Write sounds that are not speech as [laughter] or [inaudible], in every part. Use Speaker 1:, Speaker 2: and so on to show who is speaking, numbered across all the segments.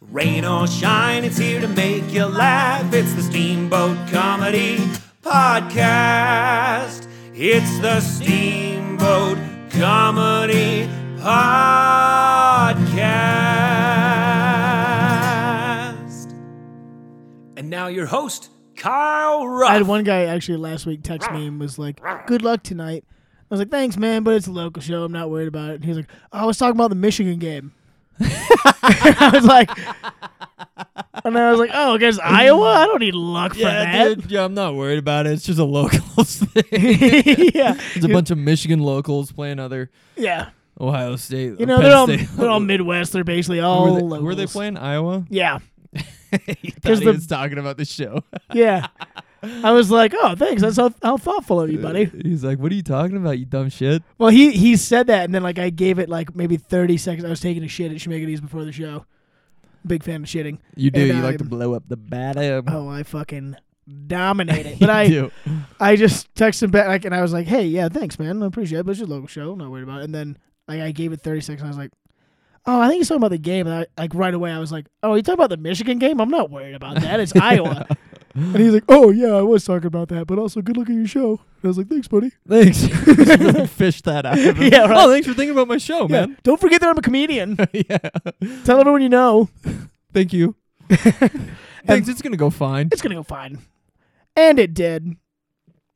Speaker 1: Rain or shine, it's here to make you laugh. It's the Steamboat Comedy Podcast. It's the Steamboat Comedy Podcast. And now your host, Kyle Ruff.
Speaker 2: I had one guy actually last week text me and was like, "Good luck tonight." I was like, "Thanks, man, but it's a local show. I'm not worried about it." And he was like, oh, "I was talking about the Michigan game." [laughs] I was like, and then I was like, "Oh, against Iowa, I don't need luck for
Speaker 3: Yeah, dude. Yeah, I'm not worried about it. It's just a [laughs] locals thing.
Speaker 2: [laughs] that." yeah,
Speaker 3: It's a bunch of Michigan locals playing other
Speaker 2: yeah.
Speaker 3: Ohio State. or
Speaker 2: You know,
Speaker 3: Penn
Speaker 2: they're all
Speaker 3: State
Speaker 2: they're
Speaker 3: [laughs]
Speaker 2: all Midwest. They're basically all
Speaker 3: Were they,
Speaker 2: locals.
Speaker 3: were they
Speaker 2: [laughs]
Speaker 3: playing Iowa? [laughs]
Speaker 2: Yeah,
Speaker 3: he thought
Speaker 2: 'Cause
Speaker 3: he
Speaker 2: the-
Speaker 3: was talking about the show.
Speaker 2: yeah. I was like, "Oh, thanks. That's how, how thoughtful of you, [laughs] buddy."
Speaker 3: He's like, "What are you talking about, you dumb shit?"
Speaker 2: Well, he he said that, and then like I gave it like maybe 30 seconds. I was taking a shit at Schmigady's before the show. Big fan of shitting.
Speaker 3: You do.
Speaker 2: And
Speaker 3: you like to
Speaker 2: I'm-
Speaker 3: blow up the bottom.
Speaker 2: Oh, I fucking dominate it.
Speaker 3: [laughs] You
Speaker 2: But I
Speaker 3: do.
Speaker 2: I just texted him back like, and I was like, "Hey, yeah, thanks, man. I appreciate it. But it's your local show. Not worried about it." And then like I gave it 30 seconds. And I was like, "Oh, I think he's talking about the game." And I like right away I was like, "Oh, you talking about the Michigan game? I'm not worried about that.
Speaker 3: [laughs]
Speaker 2: It's Iowa." And he's like, "Oh yeah, I was talking about that, but also good luck at your show." And I was like, "Thanks, buddy." [laughs]
Speaker 3: Thanks. [laughs] Just really fish that out. of him.
Speaker 2: Yeah, right.
Speaker 3: Oh, thanks for thinking about my show,
Speaker 2: Yeah.
Speaker 3: man. [laughs]
Speaker 2: Don't forget that I'm a comedian.
Speaker 3: yeah.
Speaker 2: Tell everyone you know.
Speaker 3: Thank you.
Speaker 2: [laughs]
Speaker 3: thanks. It's gonna go fine.
Speaker 2: It's gonna go fine, and it did.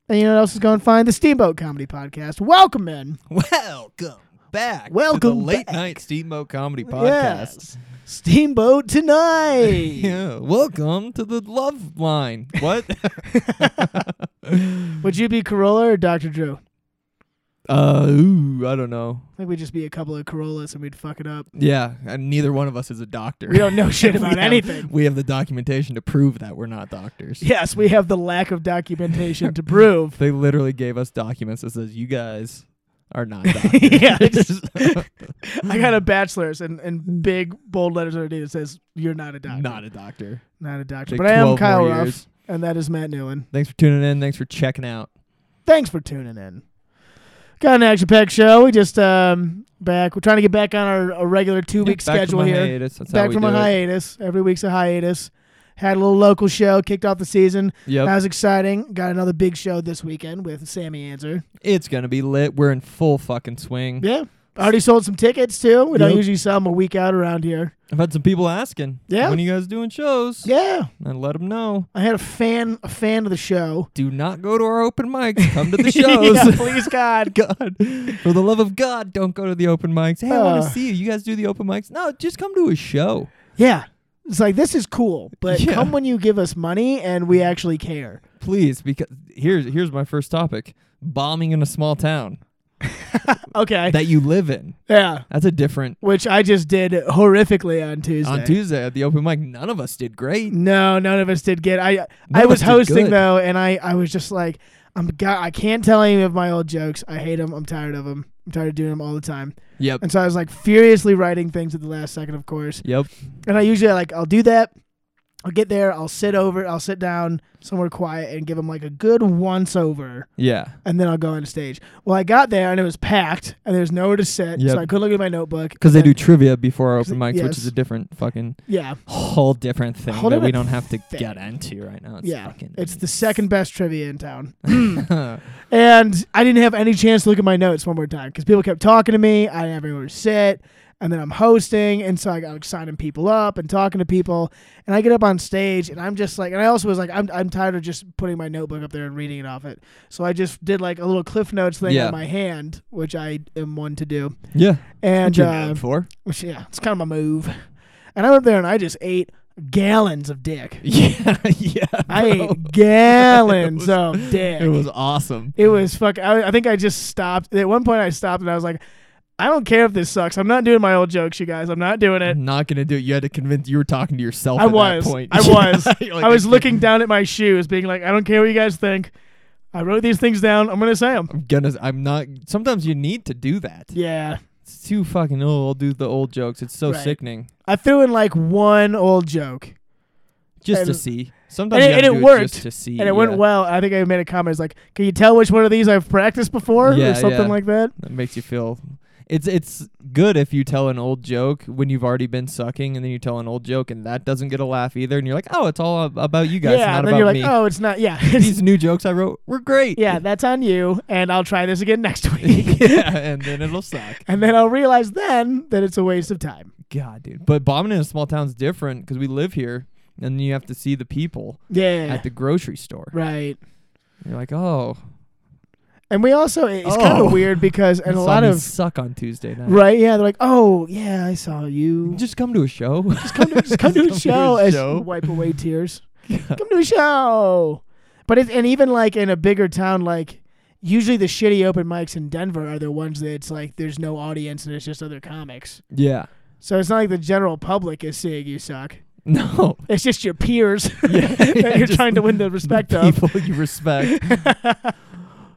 Speaker 2: And you know what else is going fine? The Steamboat Comedy Podcast. Welcome in.
Speaker 3: Welcome back. to
Speaker 2: Welcome
Speaker 3: the late
Speaker 2: back.
Speaker 3: night Steamboat Comedy podcast. [laughs]
Speaker 2: Yes. Steamboat tonight.
Speaker 3: Yeah, welcome to the love line.
Speaker 2: [laughs]
Speaker 3: What?
Speaker 2: Would you be Corolla or Dr. Drew? I
Speaker 3: uh, ooh, I don't know.
Speaker 2: think we'd just be a couple of Corollas and we'd fuck it up.
Speaker 3: Yeah, and neither one of us is a doctor. [laughs]
Speaker 2: We don't know shit about
Speaker 3: We have-
Speaker 2: anything.
Speaker 3: We have the documentation to prove that we're not doctors.
Speaker 2: Yes, we have the lack of documentation to prove.
Speaker 3: [laughs] They literally gave us documents that says you guys
Speaker 2: [laughs]
Speaker 3: are not doctors. [laughs]
Speaker 2: yeah, I just- I got a bachelor's and, and big bold letters underneath that says you're not a [laughs] doctor.
Speaker 3: not a doctor.
Speaker 2: Not a doctor.
Speaker 3: Take
Speaker 2: But I am
Speaker 3: 12
Speaker 2: Kyle
Speaker 3: more
Speaker 2: Ruff,
Speaker 3: years.
Speaker 2: and that is Matt Newman.
Speaker 3: Thanks for tuning in. Thanks for checking out.
Speaker 2: Thanks for tuning in. Got an action packed show. We just um back. We're trying to get back on our, our regular two week
Speaker 3: back
Speaker 2: schedule
Speaker 3: from a
Speaker 2: here.
Speaker 3: hiatus. That's how
Speaker 2: back
Speaker 3: we
Speaker 2: from
Speaker 3: do
Speaker 2: a
Speaker 3: it.
Speaker 2: hiatus. Every week's a hiatus. Had a little local show, kicked off the season.
Speaker 3: Yep.
Speaker 2: That was exciting. Got another big show this weekend with Sammy Answer.
Speaker 3: it's gonna be lit. We're in full fucking swing.
Speaker 2: Yeah. Already sold some tickets too. We don't
Speaker 3: Mm. Yep.
Speaker 2: usually sell them a week out around here.
Speaker 3: I've had some people asking,
Speaker 2: Yeah.
Speaker 3: when are you guys doing shows?
Speaker 2: Yeah.
Speaker 3: And let them know.
Speaker 2: I had a fan a fan of the show.
Speaker 3: Do not go to our open mics. Come to the
Speaker 2: [laughs]
Speaker 3: shows. [laughs]
Speaker 2: yeah, please God.
Speaker 3: God, for the love of God, don't go to the open mics. Hey, I want
Speaker 2: Uh.
Speaker 3: to see you. You guys do the open mics? No, just come to a show.
Speaker 2: Yeah. It's like this is cool, but
Speaker 3: Yeah.
Speaker 2: come when you give us money and we actually care.
Speaker 3: please because here's here's my first topic bombing in a
Speaker 2: [laughs]
Speaker 3: small town
Speaker 2: Okay.
Speaker 3: that you live in
Speaker 2: yeah.
Speaker 3: that's a different
Speaker 2: Which I just did horrifically on Tuesday. Mm.
Speaker 3: on tuesday at the open mic none of us did great
Speaker 2: No, none of us did get. I I
Speaker 3: of
Speaker 2: was
Speaker 3: us did
Speaker 2: hosting
Speaker 3: good.
Speaker 2: though, and I I was just like, I'm God, I can't tell any of my old jokes. I hate them. I'm tired of them. I'm tired of doing them all the time.
Speaker 3: yep
Speaker 2: And so I was like furiously writing things at the last second, of course.
Speaker 3: yep
Speaker 2: And I usually like I'll do that. I'll get there. I'll sit over. I'll sit down somewhere quiet and give them like a good once over,
Speaker 3: yeah
Speaker 2: and then I'll go on stage. Well, I got there and it was packed, and there was nowhere to sit,
Speaker 3: Yep.
Speaker 2: so I couldn't look at my notebook.
Speaker 3: because they
Speaker 2: And-
Speaker 3: do trivia before our open
Speaker 2: they-
Speaker 3: mics which is
Speaker 2: yes.
Speaker 3: a different fucking
Speaker 2: Yeah,
Speaker 3: whole different thing
Speaker 2: Whole
Speaker 3: that we
Speaker 2: different
Speaker 3: don't have to
Speaker 2: thing.
Speaker 3: get into right now it's
Speaker 2: yeah.
Speaker 3: fucking
Speaker 2: It's the
Speaker 3: [laughs]
Speaker 2: second best trivia in town.
Speaker 3: yeah
Speaker 2: And I didn't have any chance to look at my notes one more time because people kept talking to me. I didn't have anywhere to sit. And then I'm hosting. And so I got like, signing people up and talking to people. And I get up on stage and I'm just like, and I also was like, I'm, I'm tired of just putting my notebook up there and reading it off it. So I just did like a little Cliff Notes thing
Speaker 3: Yeah.
Speaker 2: on my hand, which I am one to do. And
Speaker 3: What you
Speaker 2: uh,
Speaker 3: known for
Speaker 2: which, yeah, it's kind of my move. And I went up there and I just ate gallons of dick.
Speaker 3: yeah [laughs] yeah
Speaker 2: I
Speaker 3: bro. [laughs]
Speaker 2: ate gallons
Speaker 3: was-
Speaker 2: of dick.
Speaker 3: it was awesome
Speaker 2: It was fuck. I, I think I just stopped. At one point, I stopped and I was like, I don't care if this sucks. I'm not doing my old jokes, you guys. I'm not doing it.
Speaker 3: I'm not gonna do it. You had to convince. You were talking to yourself.
Speaker 2: I
Speaker 3: at that
Speaker 2: was.
Speaker 3: point.
Speaker 2: I was.
Speaker 3: [laughs] You're [laughs] like,
Speaker 2: I was
Speaker 3: can't-
Speaker 2: looking down at my shoes, being like, I don't care what you guys think. I wrote these things down. I'm gonna say them.
Speaker 3: I'm gonna. I'm not. Sometimes you need to do that.
Speaker 2: Yeah,
Speaker 3: It's too fucking old. I'll do the old jokes. It's so
Speaker 2: Right.
Speaker 3: sickening.
Speaker 2: I threw in like one old joke,
Speaker 3: Just to
Speaker 2: And-
Speaker 3: see. Sometimes
Speaker 2: and
Speaker 3: you
Speaker 2: it-
Speaker 3: gotta
Speaker 2: and it
Speaker 3: do
Speaker 2: worked,
Speaker 3: just to see.
Speaker 2: and it went
Speaker 3: yeah.
Speaker 2: well. I think I made a comment. It's like, can you tell which one of these I've practiced before,
Speaker 3: Yeah,
Speaker 2: or something
Speaker 3: yeah.
Speaker 2: like that?
Speaker 3: That makes you feel. It's it's good if you tell an old joke when you've already been sucking, and then you tell an old joke, and that doesn't get a laugh either, and you're like, oh, it's all ab- about you guys,
Speaker 2: yeah,
Speaker 3: not
Speaker 2: and then
Speaker 3: about
Speaker 2: you're like,
Speaker 3: me.
Speaker 2: oh, it's not. Yeah,
Speaker 3: [laughs]
Speaker 2: [laughs]
Speaker 3: These new jokes I wrote were great.
Speaker 2: yeah, that's on you, and I'll try this again [laughs] next week. [laughs]
Speaker 3: [laughs] yeah, and then it'll suck.
Speaker 2: and then I'll realize then that it's a waste of time.
Speaker 3: God, dude. But bombing in a small town's different because we live here, and you have to see the people
Speaker 2: Yeah,
Speaker 3: at the grocery store.
Speaker 2: right.
Speaker 3: You're like, oh,
Speaker 2: And we also it- it's kind
Speaker 3: Oh.
Speaker 2: of weird because
Speaker 3: [laughs]
Speaker 2: and a
Speaker 3: saw
Speaker 2: lot
Speaker 3: me
Speaker 2: of
Speaker 3: suck on Tuesday night.
Speaker 2: right, yeah, they're like, oh yeah, I saw
Speaker 3: [laughs]
Speaker 2: you.
Speaker 3: Just come to a show. Just
Speaker 2: come to, just come to a show as
Speaker 3: show.
Speaker 2: wipe away
Speaker 3: [laughs]
Speaker 2: tears. come to a show. But it's and even like in a bigger town, like usually the shitty open mics in Denver are the ones that it's like there's no audience and it's just other comics.
Speaker 3: yeah. [laughs]
Speaker 2: So it's not like the general public is seeing you suck.
Speaker 3: No.
Speaker 2: It's just your peers [laughs]
Speaker 3: [laughs] Yeah,
Speaker 2: that
Speaker 3: yeah,
Speaker 2: [laughs] you're
Speaker 3: just
Speaker 2: trying to win the [laughs] respect
Speaker 3: the
Speaker 2: of.
Speaker 3: people
Speaker 2: [laughs]
Speaker 3: you respect.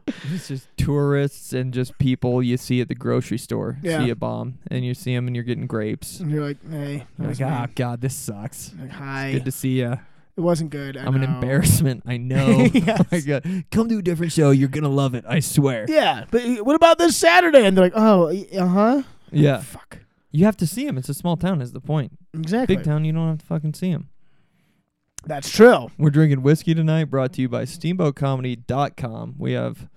Speaker 3: it's just tourists and just people you see at the grocery store.
Speaker 2: Yeah. Oh
Speaker 3: See a bomb, and you see them, and you're getting grapes.
Speaker 2: And you're like, hey, that
Speaker 3: You're
Speaker 2: was
Speaker 3: like,
Speaker 2: me.
Speaker 3: ah, God, this sucks.
Speaker 2: Like, hi.
Speaker 3: Good to see ya.
Speaker 2: it wasn't good. I
Speaker 3: I'm an
Speaker 2: know.
Speaker 3: embarrassment.
Speaker 2: [laughs]
Speaker 3: I know. Oh
Speaker 2: Yes.
Speaker 3: my God. Come to a different show. You're gonna love it. I swear.
Speaker 2: Yeah, but uh, what about this Saturday? And they're like, oh, uh huh.
Speaker 3: Yeah.
Speaker 2: Fuck.
Speaker 3: You have to see him. It's a small town. Is the point.
Speaker 2: Exactly.
Speaker 3: Big town. You don't have to fucking see him.
Speaker 2: That's true.
Speaker 3: We're drinking whiskey tonight, brought to you by SteamboatComedy.com. We have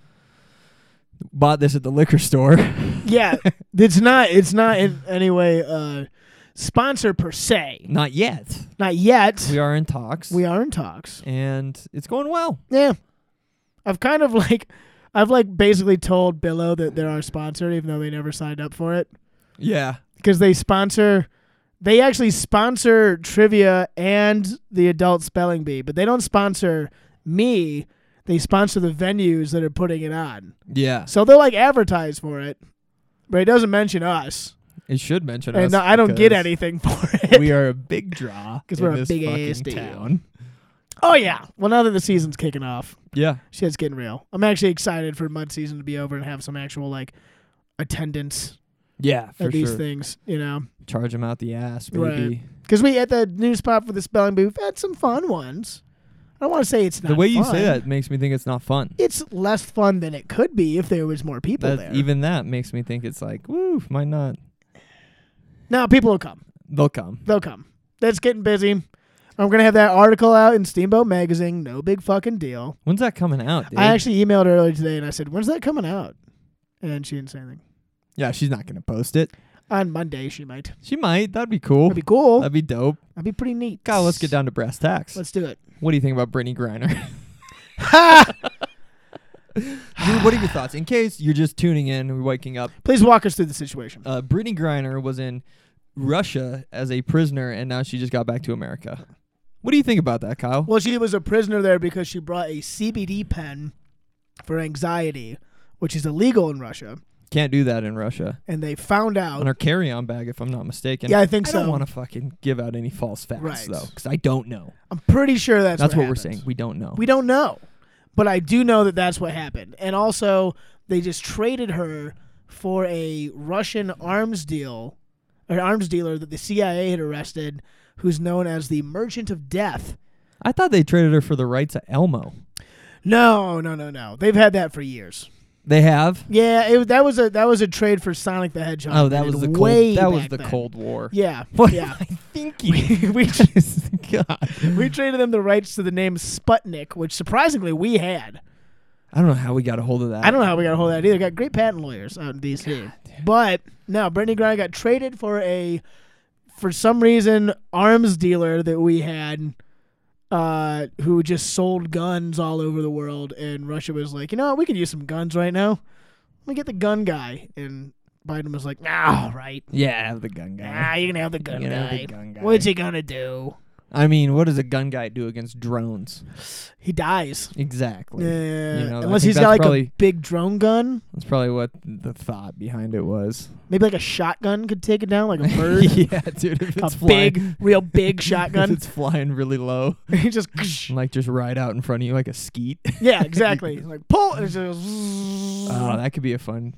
Speaker 3: bought this at the liquor store. [laughs]
Speaker 2: Yeah, it's not. It's not in any way uh, sponsor per se.
Speaker 3: Not yet.
Speaker 2: Not yet.
Speaker 3: We are in talks.
Speaker 2: We are in talks.
Speaker 3: and it's going well.
Speaker 2: Yeah, I've kind of [laughs] like, I've like basically told Billow that they're our sponsor, even though they never signed up for it,
Speaker 3: Yeah.
Speaker 2: because they sponsor. They actually sponsor trivia and the adult spelling bee, but they don't sponsor me. They sponsor the venues that are putting it on.
Speaker 3: Yeah.
Speaker 2: So they'll like advertise for it, but it doesn't mention us,
Speaker 3: It should mention us.
Speaker 2: and I don't get
Speaker 3: because
Speaker 2: anything [laughs] for it.
Speaker 3: We are a big draw
Speaker 2: [laughs] 'Cause
Speaker 3: in
Speaker 2: we're a
Speaker 3: this
Speaker 2: big
Speaker 3: fucking
Speaker 2: ass deal.
Speaker 3: town.
Speaker 2: oh yeah. Well, now that the season's kicking off,
Speaker 3: Yeah.
Speaker 2: shit's getting real. I'm actually excited for mud season to be over and have some actual like attendance
Speaker 3: Yeah. For
Speaker 2: at these
Speaker 3: sure.
Speaker 2: things, you know?
Speaker 3: Charge him out the ass,
Speaker 2: Right.
Speaker 3: baby.
Speaker 2: Because we at the new spot for the spelling bee, we've had some fun ones. I don't want to say it's not
Speaker 3: The way you
Speaker 2: fun.
Speaker 3: say that makes me think it's not fun.
Speaker 2: It's less fun than it could be if there was more people
Speaker 3: That,
Speaker 2: there.
Speaker 3: even that makes me think it's like, woo, might not.
Speaker 2: now people will come.
Speaker 3: They'll come.
Speaker 2: They'll come. That's getting busy. I'm gonna have that article out in Steamboat Magazine. No big fucking deal.
Speaker 3: When's that coming out, dude?
Speaker 2: I actually emailed her earlier today and I said, "When's that coming out?" And she didn't say anything.
Speaker 3: yeah, she's not gonna post it.
Speaker 2: On Monday, she might.
Speaker 3: She might. That'd be cool.
Speaker 2: That'd be cool.
Speaker 3: That'd be dope.
Speaker 2: That'd be pretty neat.
Speaker 3: God, let's get down to brass tacks.
Speaker 2: Let's do it. [laughs]
Speaker 3: what do you think about Brittany Griner?
Speaker 2: [sighs] Ha!
Speaker 3: Dude, what are your thoughts? In case you're just tuning in, we're waking up.
Speaker 2: Please walk us through the situation.
Speaker 3: Uh, Brittany Griner was in Russia as a prisoner, and now she just got back to America. What do you think about that, Kyle?
Speaker 2: Well, she was a prisoner there because she brought a CBD pen for anxiety, which is illegal in Russia,
Speaker 3: Can't do that in Russia.
Speaker 2: and they found out.
Speaker 3: On her carry-on bag, if I'm not mistaken.
Speaker 2: uh, Yeah, I think
Speaker 3: I
Speaker 2: so.
Speaker 3: don't want to fucking give out any false facts,
Speaker 2: Right.
Speaker 3: though, because I don't know.
Speaker 2: I'm pretty sure that's
Speaker 3: That's, what, we're
Speaker 2: happened.
Speaker 3: saying. We don't know.
Speaker 2: We don't know, but I do know that that's what happened. And also, they just traded her for a Russian arms deal, an arms dealer that the CIA had arrested, who's known as the Merchant of Death.
Speaker 3: I thought they traded her for the rights of Elmo.
Speaker 2: No, no, no, no. They've had that for years.
Speaker 3: They have.
Speaker 2: Yeah, it, that was a that was a trade for Sonic the Hedgehog.
Speaker 3: Oh,
Speaker 2: They
Speaker 3: that was
Speaker 2: did
Speaker 3: the cold.
Speaker 2: way
Speaker 3: that was
Speaker 2: back
Speaker 3: the
Speaker 2: then.
Speaker 3: Cold War.
Speaker 2: Yeah,
Speaker 3: What
Speaker 2: yeah.
Speaker 3: am I thinking?
Speaker 2: we
Speaker 3: [laughs]
Speaker 2: [laughs]
Speaker 3: God.
Speaker 2: we traded them the rights to the name Sputnik, which surprisingly we had.
Speaker 3: I don't know how we got a hold of that.
Speaker 2: I don't know how we got a hold of that either. Got great patent lawyers out in DC. But no, Brittany Griner got traded for a, for some reason, arms dealer that we had, uh, who just sold guns all over the world. And Russia was like, you know, what? we could use some guns right now. Let me get the gun guy. And Biden was like, nah, all right.
Speaker 3: Yeah, have the gun guy.
Speaker 2: Nah, you can have the gun,
Speaker 3: You can
Speaker 2: guy.
Speaker 3: have the gun guy.
Speaker 2: What's he gonna do?
Speaker 3: I mean, what does a gun guy do against drones?
Speaker 2: He dies.
Speaker 3: Exactly.
Speaker 2: Yeah,
Speaker 3: know, I
Speaker 2: unless
Speaker 3: think
Speaker 2: he's
Speaker 3: that's
Speaker 2: got like a
Speaker 3: probably-
Speaker 2: big drone gun,
Speaker 3: That's probably what the thought behind it was.
Speaker 2: maybe like a shotgun could take it down,
Speaker 3: [laughs]
Speaker 2: like a [laughs] bird.
Speaker 3: yeah, dude. If
Speaker 2: a
Speaker 3: it's flying,
Speaker 2: big, real big
Speaker 3: [laughs] if
Speaker 2: shotgun.
Speaker 3: it's flying really low,
Speaker 2: [laughs] he
Speaker 3: [laughs]
Speaker 2: just,
Speaker 3: and, like just right out in front of you like a skeet. [laughs]
Speaker 2: yeah, exactly. like pull, and it's just, [laughs]
Speaker 3: Oh, that could be a fun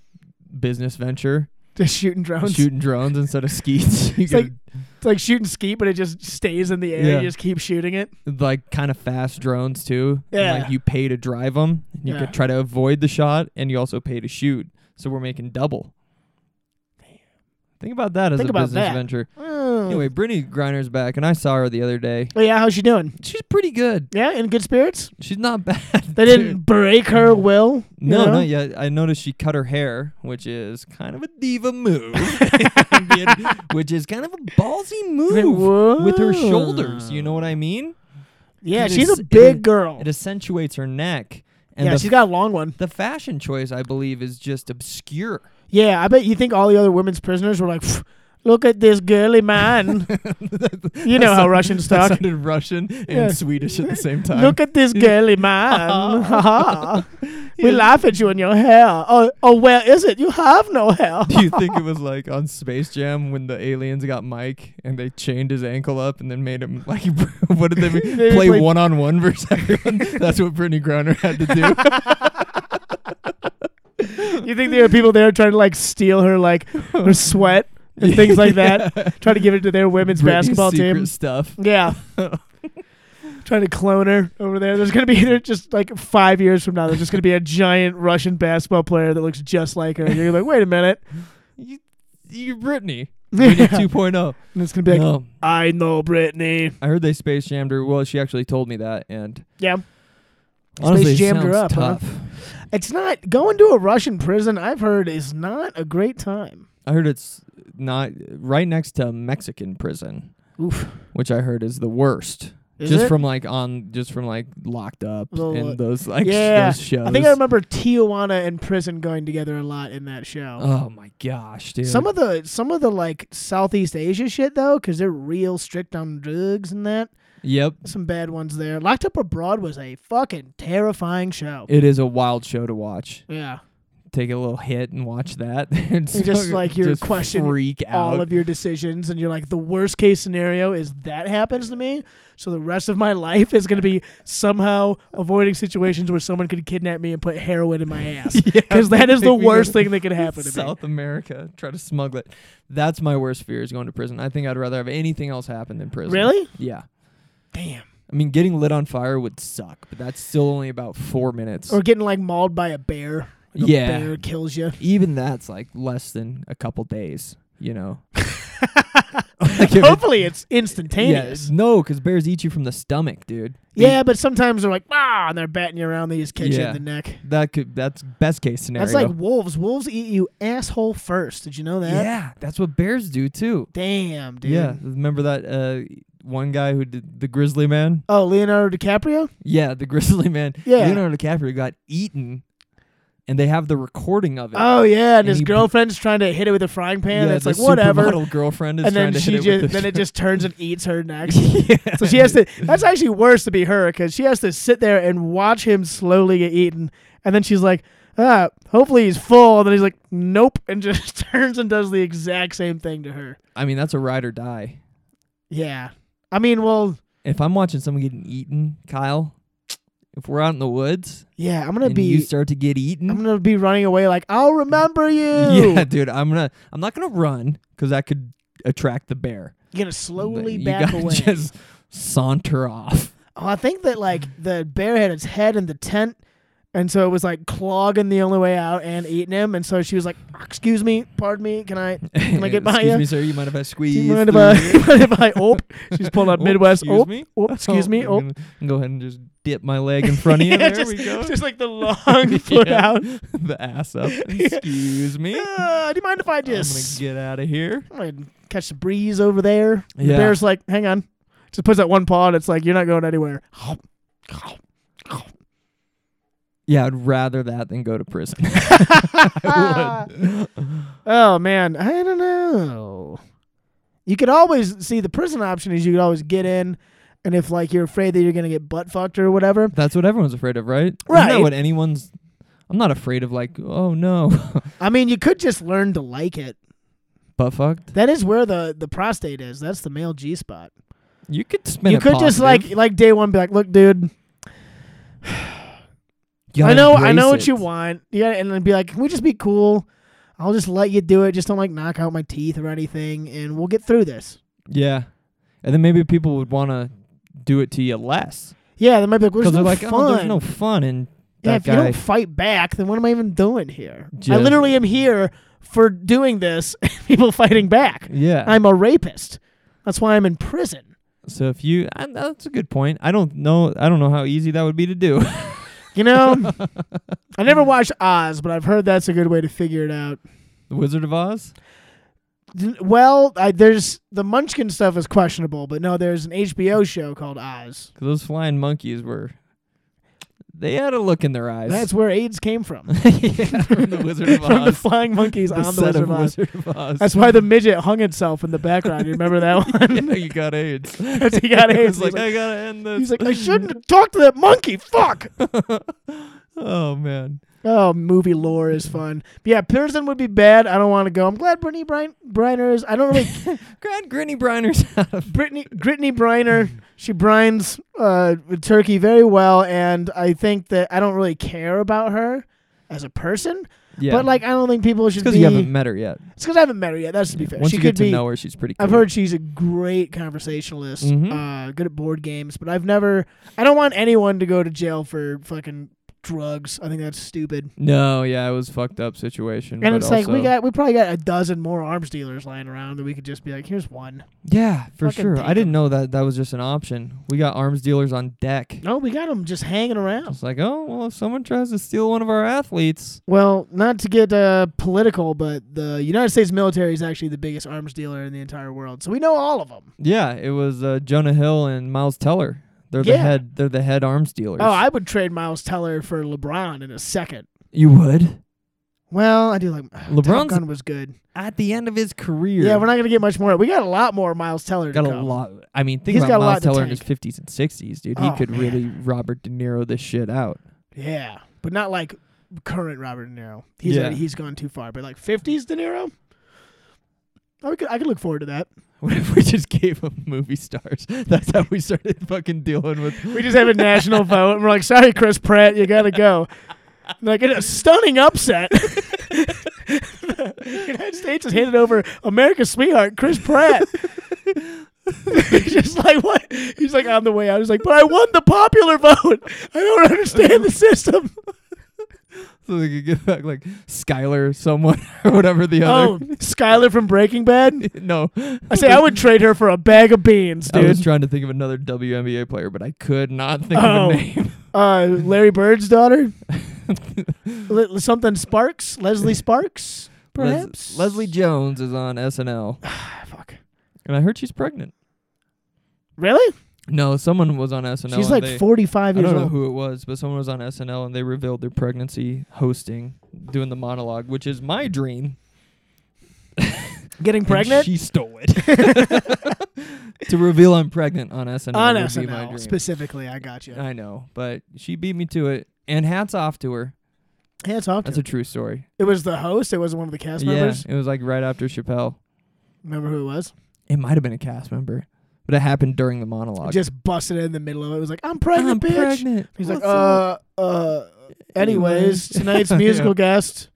Speaker 3: business venture.
Speaker 2: just shooting drones.
Speaker 3: Shooting drones instead
Speaker 2: [laughs]
Speaker 3: of skeets. You
Speaker 2: It's
Speaker 3: could
Speaker 2: It's like shooting skeet, but it just stays in the air.
Speaker 3: Yeah.
Speaker 2: You just keep shooting it.
Speaker 3: like, kind of fast drones too. And,
Speaker 2: Yeah.
Speaker 3: like you pay to drive them. You
Speaker 2: Yeah.
Speaker 3: could try to avoid the shot, and you also pay to shoot. So we're making double. Think about that as
Speaker 2: Think
Speaker 3: a
Speaker 2: about
Speaker 3: business
Speaker 2: that.
Speaker 3: venture.
Speaker 2: Mm.
Speaker 3: [sighs] Anyway, Brittany Griner's back, and I saw her the other day.
Speaker 2: Oh, yeah, how's she doing?
Speaker 3: She's pretty good.
Speaker 2: Yeah, in good spirits.
Speaker 3: She's not bad. [laughs]
Speaker 2: They
Speaker 3: dude.
Speaker 2: didn't break her will. you
Speaker 3: No,
Speaker 2: know?
Speaker 3: no, yeah. I noticed she cut her hair, which is kind of a
Speaker 2: [laughs]
Speaker 3: diva move, [laughs] Being- which is kind of a ballsy move with her shoulders. You know what I mean?
Speaker 2: Yeah,
Speaker 3: It
Speaker 2: she's
Speaker 3: is-
Speaker 2: a
Speaker 3: it
Speaker 2: big
Speaker 3: is-
Speaker 2: girl.
Speaker 3: It accentuates her neck, and
Speaker 2: Oh. Yeah,
Speaker 3: the,
Speaker 2: she's got a long one.
Speaker 3: the fashion choice, I believe, is just obscure.
Speaker 2: Yeah, I bet you think all the other women's prisoners were like, "Pff, look at this girly man. you know how Russians
Speaker 3: [laughs] That
Speaker 2: talk.
Speaker 3: sounded Russian and
Speaker 2: Yeah.
Speaker 3: Swedish at
Speaker 2: [laughs]
Speaker 3: the same time.
Speaker 2: Look at this girly man. [laughs] Ha ha. we laugh at you and your hair. Oh, oh, where is it? You have no hair. [laughs]
Speaker 3: [laughs] Do you think it was like on Space Jam when the aliens got Mike and they chained his ankle up and then made him like [laughs] what did they,
Speaker 2: They
Speaker 3: play
Speaker 2: played-
Speaker 3: one on one versus
Speaker 2: [laughs]
Speaker 3: everyone? That's what Brittany Griner had to do.
Speaker 2: You think there are people there trying to like steal her like [laughs] her sweat and things like
Speaker 3: [laughs]
Speaker 2: that, trying to give it to their women's
Speaker 3: Britney's
Speaker 2: basketball
Speaker 3: secret
Speaker 2: team?
Speaker 3: stuff.
Speaker 2: Yeah. Trying to clone her over there. There's gonna be [laughs] there just like five years from now. There's just gonna be a giant Russian basketball player that looks just like her. And you're like, wait a minute.
Speaker 3: You, you Brittany.
Speaker 2: [laughs]
Speaker 3: Brittany
Speaker 2: Yeah.
Speaker 3: 2.0.
Speaker 2: And it's gonna be like,
Speaker 3: No,
Speaker 2: I know Brittany.
Speaker 3: Um, I heard they Space Jammed her. Well, she actually told me that, and
Speaker 2: Yeah,
Speaker 3: honestly, it
Speaker 2: Jammed her
Speaker 3: sounds
Speaker 2: up, huh?
Speaker 3: tough.
Speaker 2: it's not going to a Russian prison. I've heard is not a great time.
Speaker 3: I heard it's not right next to Mexican prison,
Speaker 2: Oof.
Speaker 3: which I heard is the worst.
Speaker 2: Is
Speaker 3: just
Speaker 2: it?
Speaker 3: from like on just from like locked up
Speaker 2: Well,
Speaker 3: and
Speaker 2: uh,
Speaker 3: those like sh-
Speaker 2: yeah.
Speaker 3: those shows.
Speaker 2: I think I remember Tijuana and prison going together a lot in that show.
Speaker 3: Oh my gosh, dude.
Speaker 2: Some of the some of the like Southeast Asia shit though, because they're real strict on drugs and that.
Speaker 3: yep.
Speaker 2: Some bad ones there. Locked Up Abroad was a fucking terrifying show.
Speaker 3: It is a wild show to watch.
Speaker 2: yeah,
Speaker 3: Take a little hit and watch that. [laughs] and
Speaker 2: You just,
Speaker 3: so-
Speaker 2: like, you're
Speaker 3: just
Speaker 2: questioning
Speaker 3: freak
Speaker 2: all
Speaker 3: out. [laughs]
Speaker 2: of your decisions, and you're like, the worst case scenario is that happens to me, so the rest of my [laughs] life is gonna be somehow avoiding situations where someone could kidnap me and put heroin in my ass,
Speaker 3: [laughs] Yeah,
Speaker 2: because that is the
Speaker 3: think we go
Speaker 2: worst
Speaker 3: to
Speaker 2: thing that could happen to me.
Speaker 3: South America, try to smuggle it. That's my worst fear is going to prison. I think I'd rather have anything else happen than prison.
Speaker 2: Really?
Speaker 3: Yeah.
Speaker 2: Damn.
Speaker 3: I mean, getting lit on fire would suck, but that's still only about four minutes.
Speaker 2: Or getting like mauled by a bear. Like
Speaker 3: Yeah.
Speaker 2: A bear kills you.
Speaker 3: Even that's like less than a couple days.
Speaker 2: [laughs]
Speaker 3: You know. Like, if it-
Speaker 2: Hopefully, it's
Speaker 3: Yeah,
Speaker 2: instantaneous.
Speaker 3: no, because bears eat you from the stomach, dude. They-
Speaker 2: Yeah, but sometimes they're like, ah, and they're batting you around. They just catch you
Speaker 3: Yeah.
Speaker 2: in the neck.
Speaker 3: that could that's best case scenario.
Speaker 2: That's like wolves. Wolves eat you asshole first. Did you know that?
Speaker 3: yeah, that's what bears do too.
Speaker 2: Damn, dude.
Speaker 3: Yeah, remember that uh, one guy who did the grizzly man?
Speaker 2: Oh, Leonardo DiCaprio?
Speaker 3: Yeah, the [laughs] grizzly man.
Speaker 2: Yeah.
Speaker 3: Leonardo DiCaprio got eaten, and they have the recording of it.
Speaker 2: Oh yeah, and,
Speaker 3: And
Speaker 2: his
Speaker 3: he-
Speaker 2: girlfriend's trying to hit it with a frying pan.
Speaker 3: yeah,
Speaker 2: it's
Speaker 3: the
Speaker 2: like whatever.
Speaker 3: supermodel girlfriend is
Speaker 2: And
Speaker 3: trying
Speaker 2: then
Speaker 3: to
Speaker 2: she
Speaker 3: hit it
Speaker 2: just
Speaker 3: with
Speaker 2: then it
Speaker 3: [laughs] the
Speaker 2: just turns and eats her next.
Speaker 3: [laughs] yeah.
Speaker 2: So she has to. That's actually worse to be her because she has to sit there and watch him slowly get eaten, and then she's like, "Ah, hopefully he's full." And then he's like, "Nope," and [laughs] just turns and does the exact same thing to her.
Speaker 3: I mean, that's a ride or die.
Speaker 2: Yeah, I mean, well,
Speaker 3: If I'm watching someone getting eaten, Kyle, if we're out in the woods
Speaker 2: yeah, I'm gonna
Speaker 3: and you
Speaker 2: be,
Speaker 3: start to get eaten,
Speaker 2: I'm
Speaker 3: [laughs]
Speaker 2: gonna be running away like, "I'll remember you."
Speaker 3: Yeah, dude. I'm gonna. I'm not gonna run because that could attract the bear.
Speaker 2: You're gonna slowly
Speaker 3: you
Speaker 2: back
Speaker 3: gotta [laughs]
Speaker 2: away.
Speaker 3: Just saunter off.
Speaker 2: Oh, I think that
Speaker 3: [sighs]
Speaker 2: like the bear had its head in the tent, and so it was like clogging the only way out and eating him. And so she was like, "Excuse me, pardon me, can I can I get by
Speaker 3: [laughs] Excuse
Speaker 2: you?"
Speaker 3: me, sir. You mind if I squeeze?
Speaker 2: Do you mind if
Speaker 3: through
Speaker 2: I, [laughs]
Speaker 3: here?
Speaker 2: mind if I, oh, she's pulling up
Speaker 3: Oh,
Speaker 2: Midwest,
Speaker 3: Excuse
Speaker 2: oh,
Speaker 3: me.
Speaker 2: oh, excuse me,
Speaker 3: I'm
Speaker 2: oh.
Speaker 3: gonna- I'm gonna go ahead and just dip my leg in front of you.
Speaker 2: [laughs] Yeah,
Speaker 3: there
Speaker 2: just,
Speaker 3: we go.
Speaker 2: just like the long foot
Speaker 3: Yeah.
Speaker 2: out.
Speaker 3: [laughs] the
Speaker 2: [laughs]
Speaker 3: ass up. Excuse me.
Speaker 2: Uh, do you mind if I
Speaker 3: Yes.
Speaker 2: just
Speaker 3: I'm gonna get out of here.
Speaker 2: I'm gonna catch the breeze over there? And The
Speaker 3: Yeah.
Speaker 2: bear's like, hang on. Just puts that one paw and it's like, you're not going anywhere.
Speaker 3: Yeah, I'd rather that than go to prison. I would.
Speaker 2: [laughs] Oh, man. I don't know. You could always see the prison option is you could always get in. And if like you're afraid that you're gonna get butt fucked or whatever,
Speaker 3: That's what everyone's afraid of, right? Isn't
Speaker 2: Right.
Speaker 3: that what anyone's? I'm not afraid of like, oh no, [laughs]
Speaker 2: I mean you could just learn to like it.
Speaker 3: butt fucked.
Speaker 2: That is where the the prostate is. That's the male G spot.
Speaker 3: You could spin.
Speaker 2: you
Speaker 3: it
Speaker 2: could just like
Speaker 3: positive.
Speaker 2: like day one be like, look, dude,
Speaker 3: You
Speaker 2: I
Speaker 3: gotta
Speaker 2: know I
Speaker 3: embrace
Speaker 2: know what
Speaker 3: it.
Speaker 2: you want. Yeah, and then be like, can we just be cool? I'll just let you do it. Just don't like knock out my teeth or anything, and we'll get through this.
Speaker 3: Yeah, and then maybe people would want to do it to you less
Speaker 2: Yeah, they might be like, "There's
Speaker 3: because
Speaker 2: no
Speaker 3: they're like,
Speaker 2: fun."
Speaker 3: oh, there's no fun in
Speaker 2: yeah,
Speaker 3: that
Speaker 2: if you
Speaker 3: guy.
Speaker 2: don't fight back, then what am I even doing here? I
Speaker 3: Just-
Speaker 2: literally am here for doing this [laughs] and people fighting back.
Speaker 3: Yeah.
Speaker 2: I'm a rapist. That's why I'm in prison.
Speaker 3: so if you, I, that's a good point. I don't know. I don't know how easy that would be to do. [laughs]
Speaker 2: You know, I never watched Oz, but I've heard that's a good way to figure it out.
Speaker 3: the Wizard of Oz.
Speaker 2: Well, I, there's the Munchkin stuff is questionable, but no, there's an HBO show called Oz.
Speaker 3: 'Cause those flying monkeys were. They had a look in their eyes.
Speaker 2: That's where AIDS came from.
Speaker 3: [laughs] yeah, [laughs] from
Speaker 2: [laughs]
Speaker 3: the Wizard of Oz.
Speaker 2: From the flying monkeys on the
Speaker 3: set
Speaker 2: Wizard
Speaker 3: of
Speaker 2: of Oz.
Speaker 3: Wizard of Oz.
Speaker 2: That's why the midget hung itself in the background. You remember
Speaker 3: [laughs]
Speaker 2: that
Speaker 3: yeah,
Speaker 2: one?
Speaker 3: you got AIDS. [laughs]
Speaker 2: That's- he got
Speaker 3: It
Speaker 2: AIDS.
Speaker 3: was
Speaker 2: He's
Speaker 3: like,
Speaker 2: like-
Speaker 3: I gotta end this.
Speaker 2: He's like, I shouldn't have talked to that monkey. Fuck.
Speaker 3: [laughs] oh man.
Speaker 2: Oh, movie lore is fun. But yeah, Pearson would be bad. I don't want to go. I'm glad Brittany Brin- Briner is. I don't [laughs] really.
Speaker 3: Grand Granny Briner's [laughs] out of
Speaker 2: Brittany Brittany Briner. She brines uh, with turkey very well, and I think that I don't really care about her as a person.
Speaker 3: yeah.
Speaker 2: But like, I don't think people should
Speaker 3: because
Speaker 2: be.
Speaker 3: you haven't met her yet.
Speaker 2: it's because I haven't met her yet. That's to be fair.
Speaker 3: Once
Speaker 2: she
Speaker 3: you
Speaker 2: could
Speaker 3: get to
Speaker 2: be.
Speaker 3: know her, she's pretty. Cool.
Speaker 2: I've heard she's a great conversationalist,
Speaker 3: Mhm.
Speaker 2: uh, good at board games, but I've never. I don't want anyone to go to jail for fucking drugs. I think that's stupid.
Speaker 3: No, yeah, it was a fucked up situation.
Speaker 2: And
Speaker 3: but
Speaker 2: it's like we
Speaker 3: also-
Speaker 2: got, we probably got a dozen more arms dealers lying around that we could just be like, here's one.
Speaker 3: Yeah, for
Speaker 2: fucking
Speaker 3: sure.
Speaker 2: take
Speaker 3: I
Speaker 2: 'em.
Speaker 3: didn't know that that was just an option. We got arms dealers on deck.
Speaker 2: No, we got them just hanging around.
Speaker 3: It's like, oh well, if someone tries to steal one of our athletes,
Speaker 2: Well, not to get uh, political, but the United States military is actually the biggest arms dealer in the entire world, so we know all of them.
Speaker 3: yeah, it was uh, Jonah Hill and Miles Teller. They're
Speaker 2: Yeah.
Speaker 3: the head. They're the head arms dealers.
Speaker 2: Oh, I would trade Miles Teller for LeBron in a second.
Speaker 3: you would.
Speaker 2: Well, I do like [sighs] Top
Speaker 3: LeBron's
Speaker 2: Gun was good.
Speaker 3: at the end of his career.
Speaker 2: Yeah, we're not gonna get much more. We got a lot more Miles Teller.
Speaker 3: got
Speaker 2: to
Speaker 3: a
Speaker 2: come.
Speaker 3: lot. I mean, think
Speaker 2: He's got
Speaker 3: about
Speaker 2: a lot
Speaker 3: Miles
Speaker 2: to
Speaker 3: Teller in his
Speaker 2: tank.
Speaker 3: fifties and sixties, dude.
Speaker 2: Oh,
Speaker 3: he could
Speaker 2: man.
Speaker 3: really Robert De Niro this shit out. [laughs]
Speaker 2: Yeah, but not like current Robert De Niro. He's
Speaker 3: Yeah.
Speaker 2: he's gone too far. But like fifties De Niro, I could I could look forward to that.
Speaker 3: What if we just gave him movie stars? [laughs] That's how we started fucking dealing with. [laughs]
Speaker 2: We just have a national vote, and we're like, sorry, Chris Pratt, you gotta go. Like in a stunning upset, [laughs] the United States has handed over America's sweetheart, Chris Pratt. [laughs] He's just like what? He's like on the way out. He's like, but I won the popular vote. I don't understand the system.
Speaker 3: So they could get back like Skyler, someone [laughs] or whatever the
Speaker 2: Oh,
Speaker 3: other.
Speaker 2: Skyler from Breaking Bad.
Speaker 3: [laughs] no,
Speaker 2: I say I would trade her for a bag of beans,
Speaker 3: [laughs] I was
Speaker 2: dude.
Speaker 3: trying to think of another WNBA player, but I could not think
Speaker 2: Oh.
Speaker 3: of a name. [laughs]
Speaker 2: Uh, Larry Bird's daughter, Le- something Sparks, Leslie Sparks,
Speaker 3: Les-
Speaker 2: perhaps
Speaker 3: Leslie Jones is on SNL,
Speaker 2: Ah, fuck.
Speaker 3: and I heard she's pregnant.
Speaker 2: Really?
Speaker 3: No, someone was on SNL.
Speaker 2: She's
Speaker 3: and
Speaker 2: like
Speaker 3: they-
Speaker 2: 45
Speaker 3: I
Speaker 2: years
Speaker 3: don't know
Speaker 2: old.
Speaker 3: who it was, but someone was on SNL and they revealed their pregnancy hosting, doing the monologue, which is my dream.
Speaker 2: Getting
Speaker 3: and
Speaker 2: pregnant
Speaker 3: she stole
Speaker 2: [laughs]
Speaker 3: it. to reveal I'm pregnant on SNL
Speaker 2: on
Speaker 3: would be my dream.
Speaker 2: SNL Oh, specifically. I got you.
Speaker 3: I know, but she beat me to it. And hats off to her.
Speaker 2: Hands off.
Speaker 3: That's
Speaker 2: to
Speaker 3: a true story.
Speaker 2: her. it was the host. It wasn't one of the cast
Speaker 3: yeah,
Speaker 2: members.
Speaker 3: it was like right after Chappelle.
Speaker 2: Remember who it was?
Speaker 3: It might have been a cast member, but it happened during the monologue.
Speaker 2: Just busted in the middle of it. It was like, I'm pregnant,
Speaker 3: I'm
Speaker 2: bitch.
Speaker 3: pregnant.
Speaker 2: He's like,
Speaker 3: What's up?
Speaker 2: uh, uh. Anyways, tonight's musical guest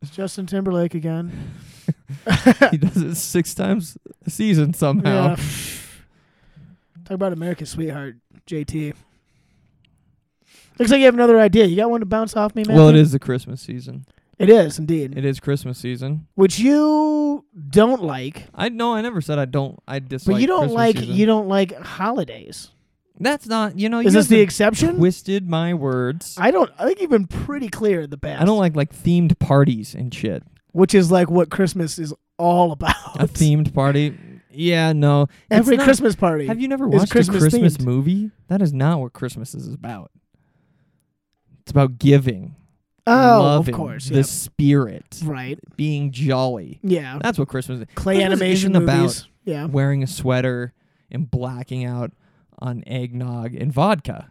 Speaker 2: is Justin Timberlake again.
Speaker 3: [laughs] he does it six times a season somehow.
Speaker 2: Yeah. Talk about America's sweetheart, JT. Looks like you have another idea. You got one to bounce off me, man.
Speaker 3: [laughs] Well, it is the Christmas season.
Speaker 2: It is indeed.
Speaker 3: It is Christmas season.
Speaker 2: Which you don't like,
Speaker 3: I no, I never said I don't. I dislike.
Speaker 2: but you don't
Speaker 3: Christmas
Speaker 2: like
Speaker 3: season.
Speaker 2: you don't like holidays.
Speaker 3: That's not. You know.
Speaker 2: is
Speaker 3: you
Speaker 2: this the
Speaker 3: haven't
Speaker 2: exception?
Speaker 3: Twisted my words. I,
Speaker 2: I don't. I think you've been pretty clear at the past.
Speaker 3: don't like like themed parties and shit.
Speaker 2: which is like what Christmas is all [laughs] about.
Speaker 3: A themed party. Yeah, no. It's
Speaker 2: Every
Speaker 3: not-
Speaker 2: Christmas party.
Speaker 3: Have you never
Speaker 2: is
Speaker 3: watched
Speaker 2: Christmas
Speaker 3: a Christmas
Speaker 2: themed.
Speaker 3: movie? That is not what Christmas is about. It's about giving.
Speaker 2: oh,
Speaker 3: loving,
Speaker 2: of course.
Speaker 3: The spirit,
Speaker 2: yeah. Right.
Speaker 3: being jolly.
Speaker 2: Yeah.
Speaker 3: That's what Christmas is.
Speaker 2: Clay
Speaker 3: Christmas
Speaker 2: animation
Speaker 3: isn't about
Speaker 2: movies. yeah.
Speaker 3: Wearing a sweater and blacking out on eggnog and vodka.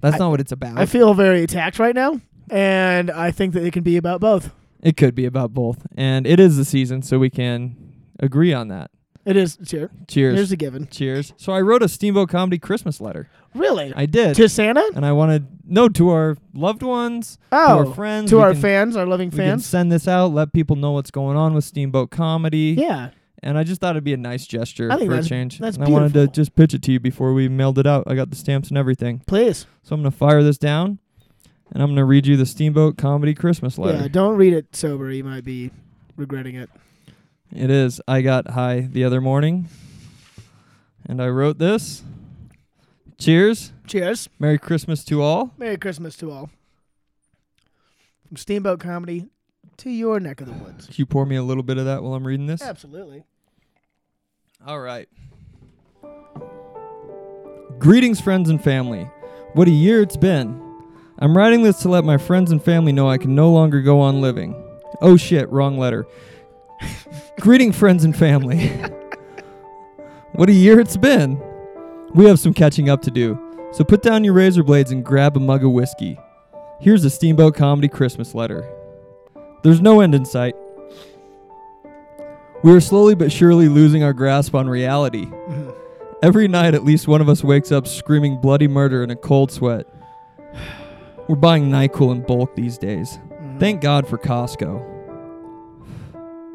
Speaker 3: That's
Speaker 2: I-
Speaker 3: not what it's about.
Speaker 2: I feel very attacked right now, and I think that it can be about both.
Speaker 3: it could be about both. And it is the season, so we can agree on that.
Speaker 2: It is. Sure.
Speaker 3: Cheers.
Speaker 2: Here's a given.
Speaker 3: Cheers. So I wrote a Steamboat Comedy Christmas letter.
Speaker 2: Really?
Speaker 3: I did.
Speaker 2: to Santa?
Speaker 3: and I wanted no to our loved ones,
Speaker 2: Oh.
Speaker 3: to our friends,
Speaker 2: to
Speaker 3: we
Speaker 2: our
Speaker 3: can-
Speaker 2: fans, our loving
Speaker 3: We can
Speaker 2: fans.
Speaker 3: send this out, let people know what's going on with Steamboat Comedy.
Speaker 2: Yeah.
Speaker 3: And I just thought it'd be a nice gesture
Speaker 2: I think
Speaker 3: for a
Speaker 2: that's-
Speaker 3: change.
Speaker 2: that's
Speaker 3: and I wanted to
Speaker 2: beautiful.
Speaker 3: just pitch it to you before we mailed it out. I got the stamps and everything.
Speaker 2: Please.
Speaker 3: So I'm going to fire this down. and I'm gonna read you the Steamboat Comedy Christmas
Speaker 2: Yeah,
Speaker 3: letter.
Speaker 2: don't read it sober. You might be regretting it.
Speaker 3: it is. I got high the other morning, and I wrote this. Cheers.
Speaker 2: Cheers.
Speaker 3: Merry Christmas to all.
Speaker 2: Merry Christmas to all. From Steamboat Comedy to your neck of the woods.
Speaker 3: Can you pour me a little bit of that while I'm reading this?
Speaker 2: Absolutely.
Speaker 3: All right. Greetings, friends and family. What a year it's been. I'm writing this to let my friends and family know I can no longer go on living. Oh shit, wrong letter. [laughs] Greeting, friends and family. [laughs] what a year it's been. We have some catching up to do, so put down your razor blades and grab a mug of whiskey. Here's a Steamboat Comedy Christmas letter. There's no end in sight. We are slowly but surely losing our grasp on reality.
Speaker 2: Mhm.
Speaker 3: Every night, at least one of us wakes up screaming bloody murder in a cold sweat. We're buying NyQuil in bulk these days.
Speaker 2: Mhm.
Speaker 3: Thank God for Costco.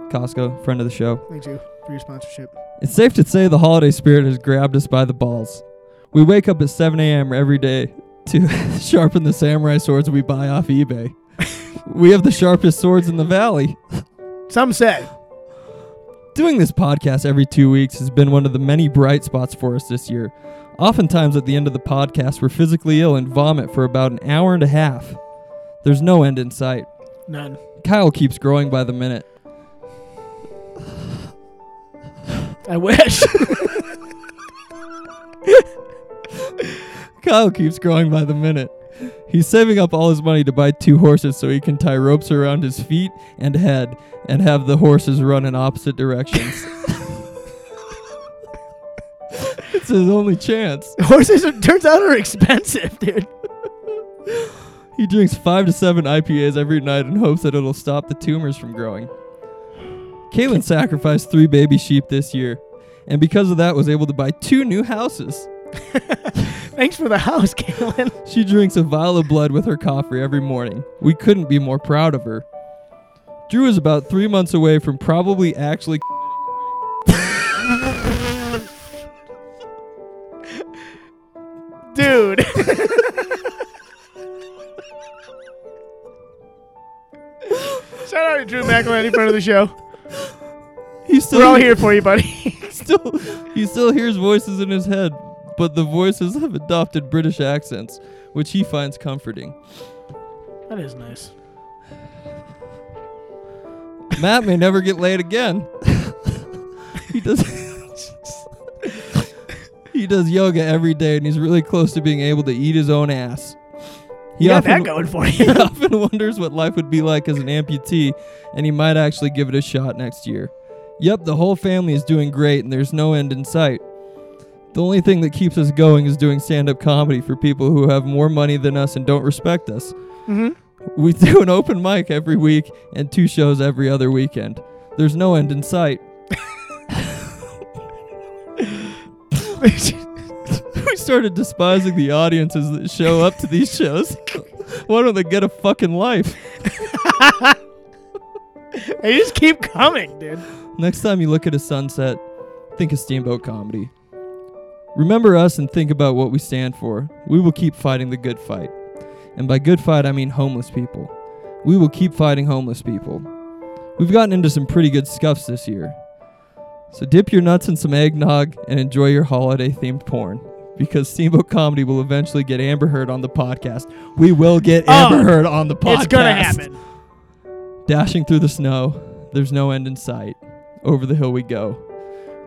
Speaker 3: Costco, friend of the show.
Speaker 2: Thank you for your sponsorship.
Speaker 3: It's safe to say the holiday spirit has grabbed us by the balls. We wake up at 7 a.m. every day to [laughs] sharpen the samurai swords we buy off eBay. we have the sharpest swords in the valley.
Speaker 2: Some say.
Speaker 3: Doing this podcast every two weeks has been one of the many bright spots for us this year. Oftentimes, at the end of the podcast, we're physically ill and vomit for about an hour and a half. There's no end in sight.
Speaker 2: None.
Speaker 3: Kyle keeps growing by the minute.
Speaker 2: I wish.
Speaker 3: Kyle keeps growing by the minute. He's saving up all his money to buy two horses so he can tie ropes around his feet and head and have the horses run in opposite directions. it's his only chance.
Speaker 2: [laughs] Horses, it turns out, are expensive, dude.
Speaker 3: He drinks five to seven IPAs every night in hopes that it'll stop the tumors from growing. Caitlin sacrificed three baby sheep this year, and because of that was able to buy two new houses.
Speaker 2: Thanks for the house, Caitlin.
Speaker 3: She drinks a vial of blood with her coffee every morning. We couldn't be more proud of her. Drew is about three months away from probably actually.
Speaker 2: [laughs] [laughs] Dude. Shout out to Drew McElhenney, friend of the show.
Speaker 3: He's still
Speaker 2: We're all here for you, buddy.
Speaker 3: [laughs] still he still hears voices in his head, but the voices have adopted British accents, which he finds comforting.
Speaker 2: that is nice.
Speaker 3: Matt may never get laid again.
Speaker 2: [laughs]
Speaker 3: he does. he does yoga every day, and he's really close to being able to eat his own ass. He
Speaker 2: You got
Speaker 3: often,
Speaker 2: that going for [laughs]
Speaker 3: he [laughs]
Speaker 2: you.
Speaker 3: often wonders what life would be like as an amputee, and he might actually give it a shot next year. Yep, the whole family is doing great, and there's no end in sight. The only thing that keeps us going is doing stand up comedy for people who have more money than us and don't respect us.
Speaker 2: hmm
Speaker 3: We [laughs] do an open mic every week and two shows every other weekend. There's no end in sight. [laughs] We started despising the audiences that show up to these shows. [laughs] Why don't they get a fucking life?
Speaker 2: [laughs] they just keep coming, dude.
Speaker 3: Next time you look at a sunset, think of steamboat comedy. Remember us and think about what we stand for. We will keep fighting the good fight. And by good fight, I mean homeless people. We will keep fighting homeless people. We've gotten into some pretty good scuffs this year. So dip your nuts in some eggnog and enjoy your holiday themed porn. Because Steamboat Comedy will eventually get Amber Heard on the podcast. We will get
Speaker 2: Oh,
Speaker 3: Amber Heard on the podcast.
Speaker 2: It's gonna happen.
Speaker 3: Dashing through the snow, there's no end in sight. Over the hill we go,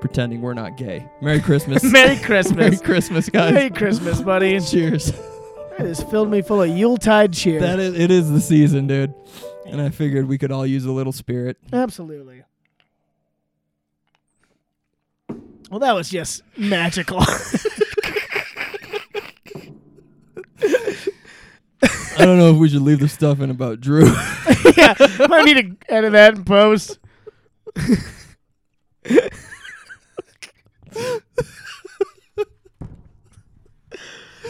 Speaker 3: pretending we're not gay. Merry Christmas.
Speaker 2: [laughs]
Speaker 3: [laughs]
Speaker 2: Merry Christmas.
Speaker 3: Merry Christmas, guys.
Speaker 2: Merry Christmas, buddy.
Speaker 3: Cheers.
Speaker 2: That has filled me full of Yuletide cheer.
Speaker 3: That is, it is the season, dude. And I figured we could all use a
Speaker 2: [laughs]
Speaker 3: little spirit.
Speaker 2: Absolutely. Well, that was just magical. [laughs]
Speaker 3: I don't know if we should leave the stuff in about Drew. [laughs]
Speaker 2: yeah, I need to edit that and post.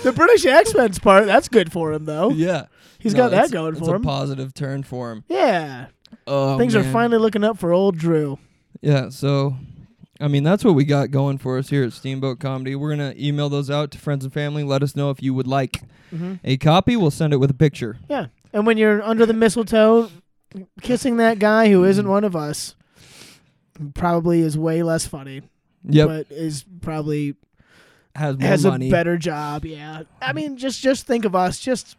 Speaker 2: the British accents part, that's good for him, though.
Speaker 3: yeah.
Speaker 2: He's
Speaker 3: No,
Speaker 2: got that
Speaker 3: it's-
Speaker 2: going
Speaker 3: it's
Speaker 2: for
Speaker 3: a
Speaker 2: him.
Speaker 3: positive turn for him.
Speaker 2: yeah.
Speaker 3: Oh,
Speaker 2: Things are
Speaker 3: man.
Speaker 2: finally looking up for old Drew.
Speaker 3: Yeah, so I mean, that's what we got going for us here at Steamboat Comedy. We're going to email those out to friends and family. Let us know if you would like
Speaker 2: Mm-hmm.
Speaker 3: a copy. We'll send it with a picture.
Speaker 2: Yeah. And when you're under the mistletoe, kissing that guy who isn't one of us probably is way less funny,
Speaker 3: Yep.
Speaker 2: but is probably
Speaker 3: has more
Speaker 2: has
Speaker 3: money.
Speaker 2: a better job. Yeah. I mean, just just think of us just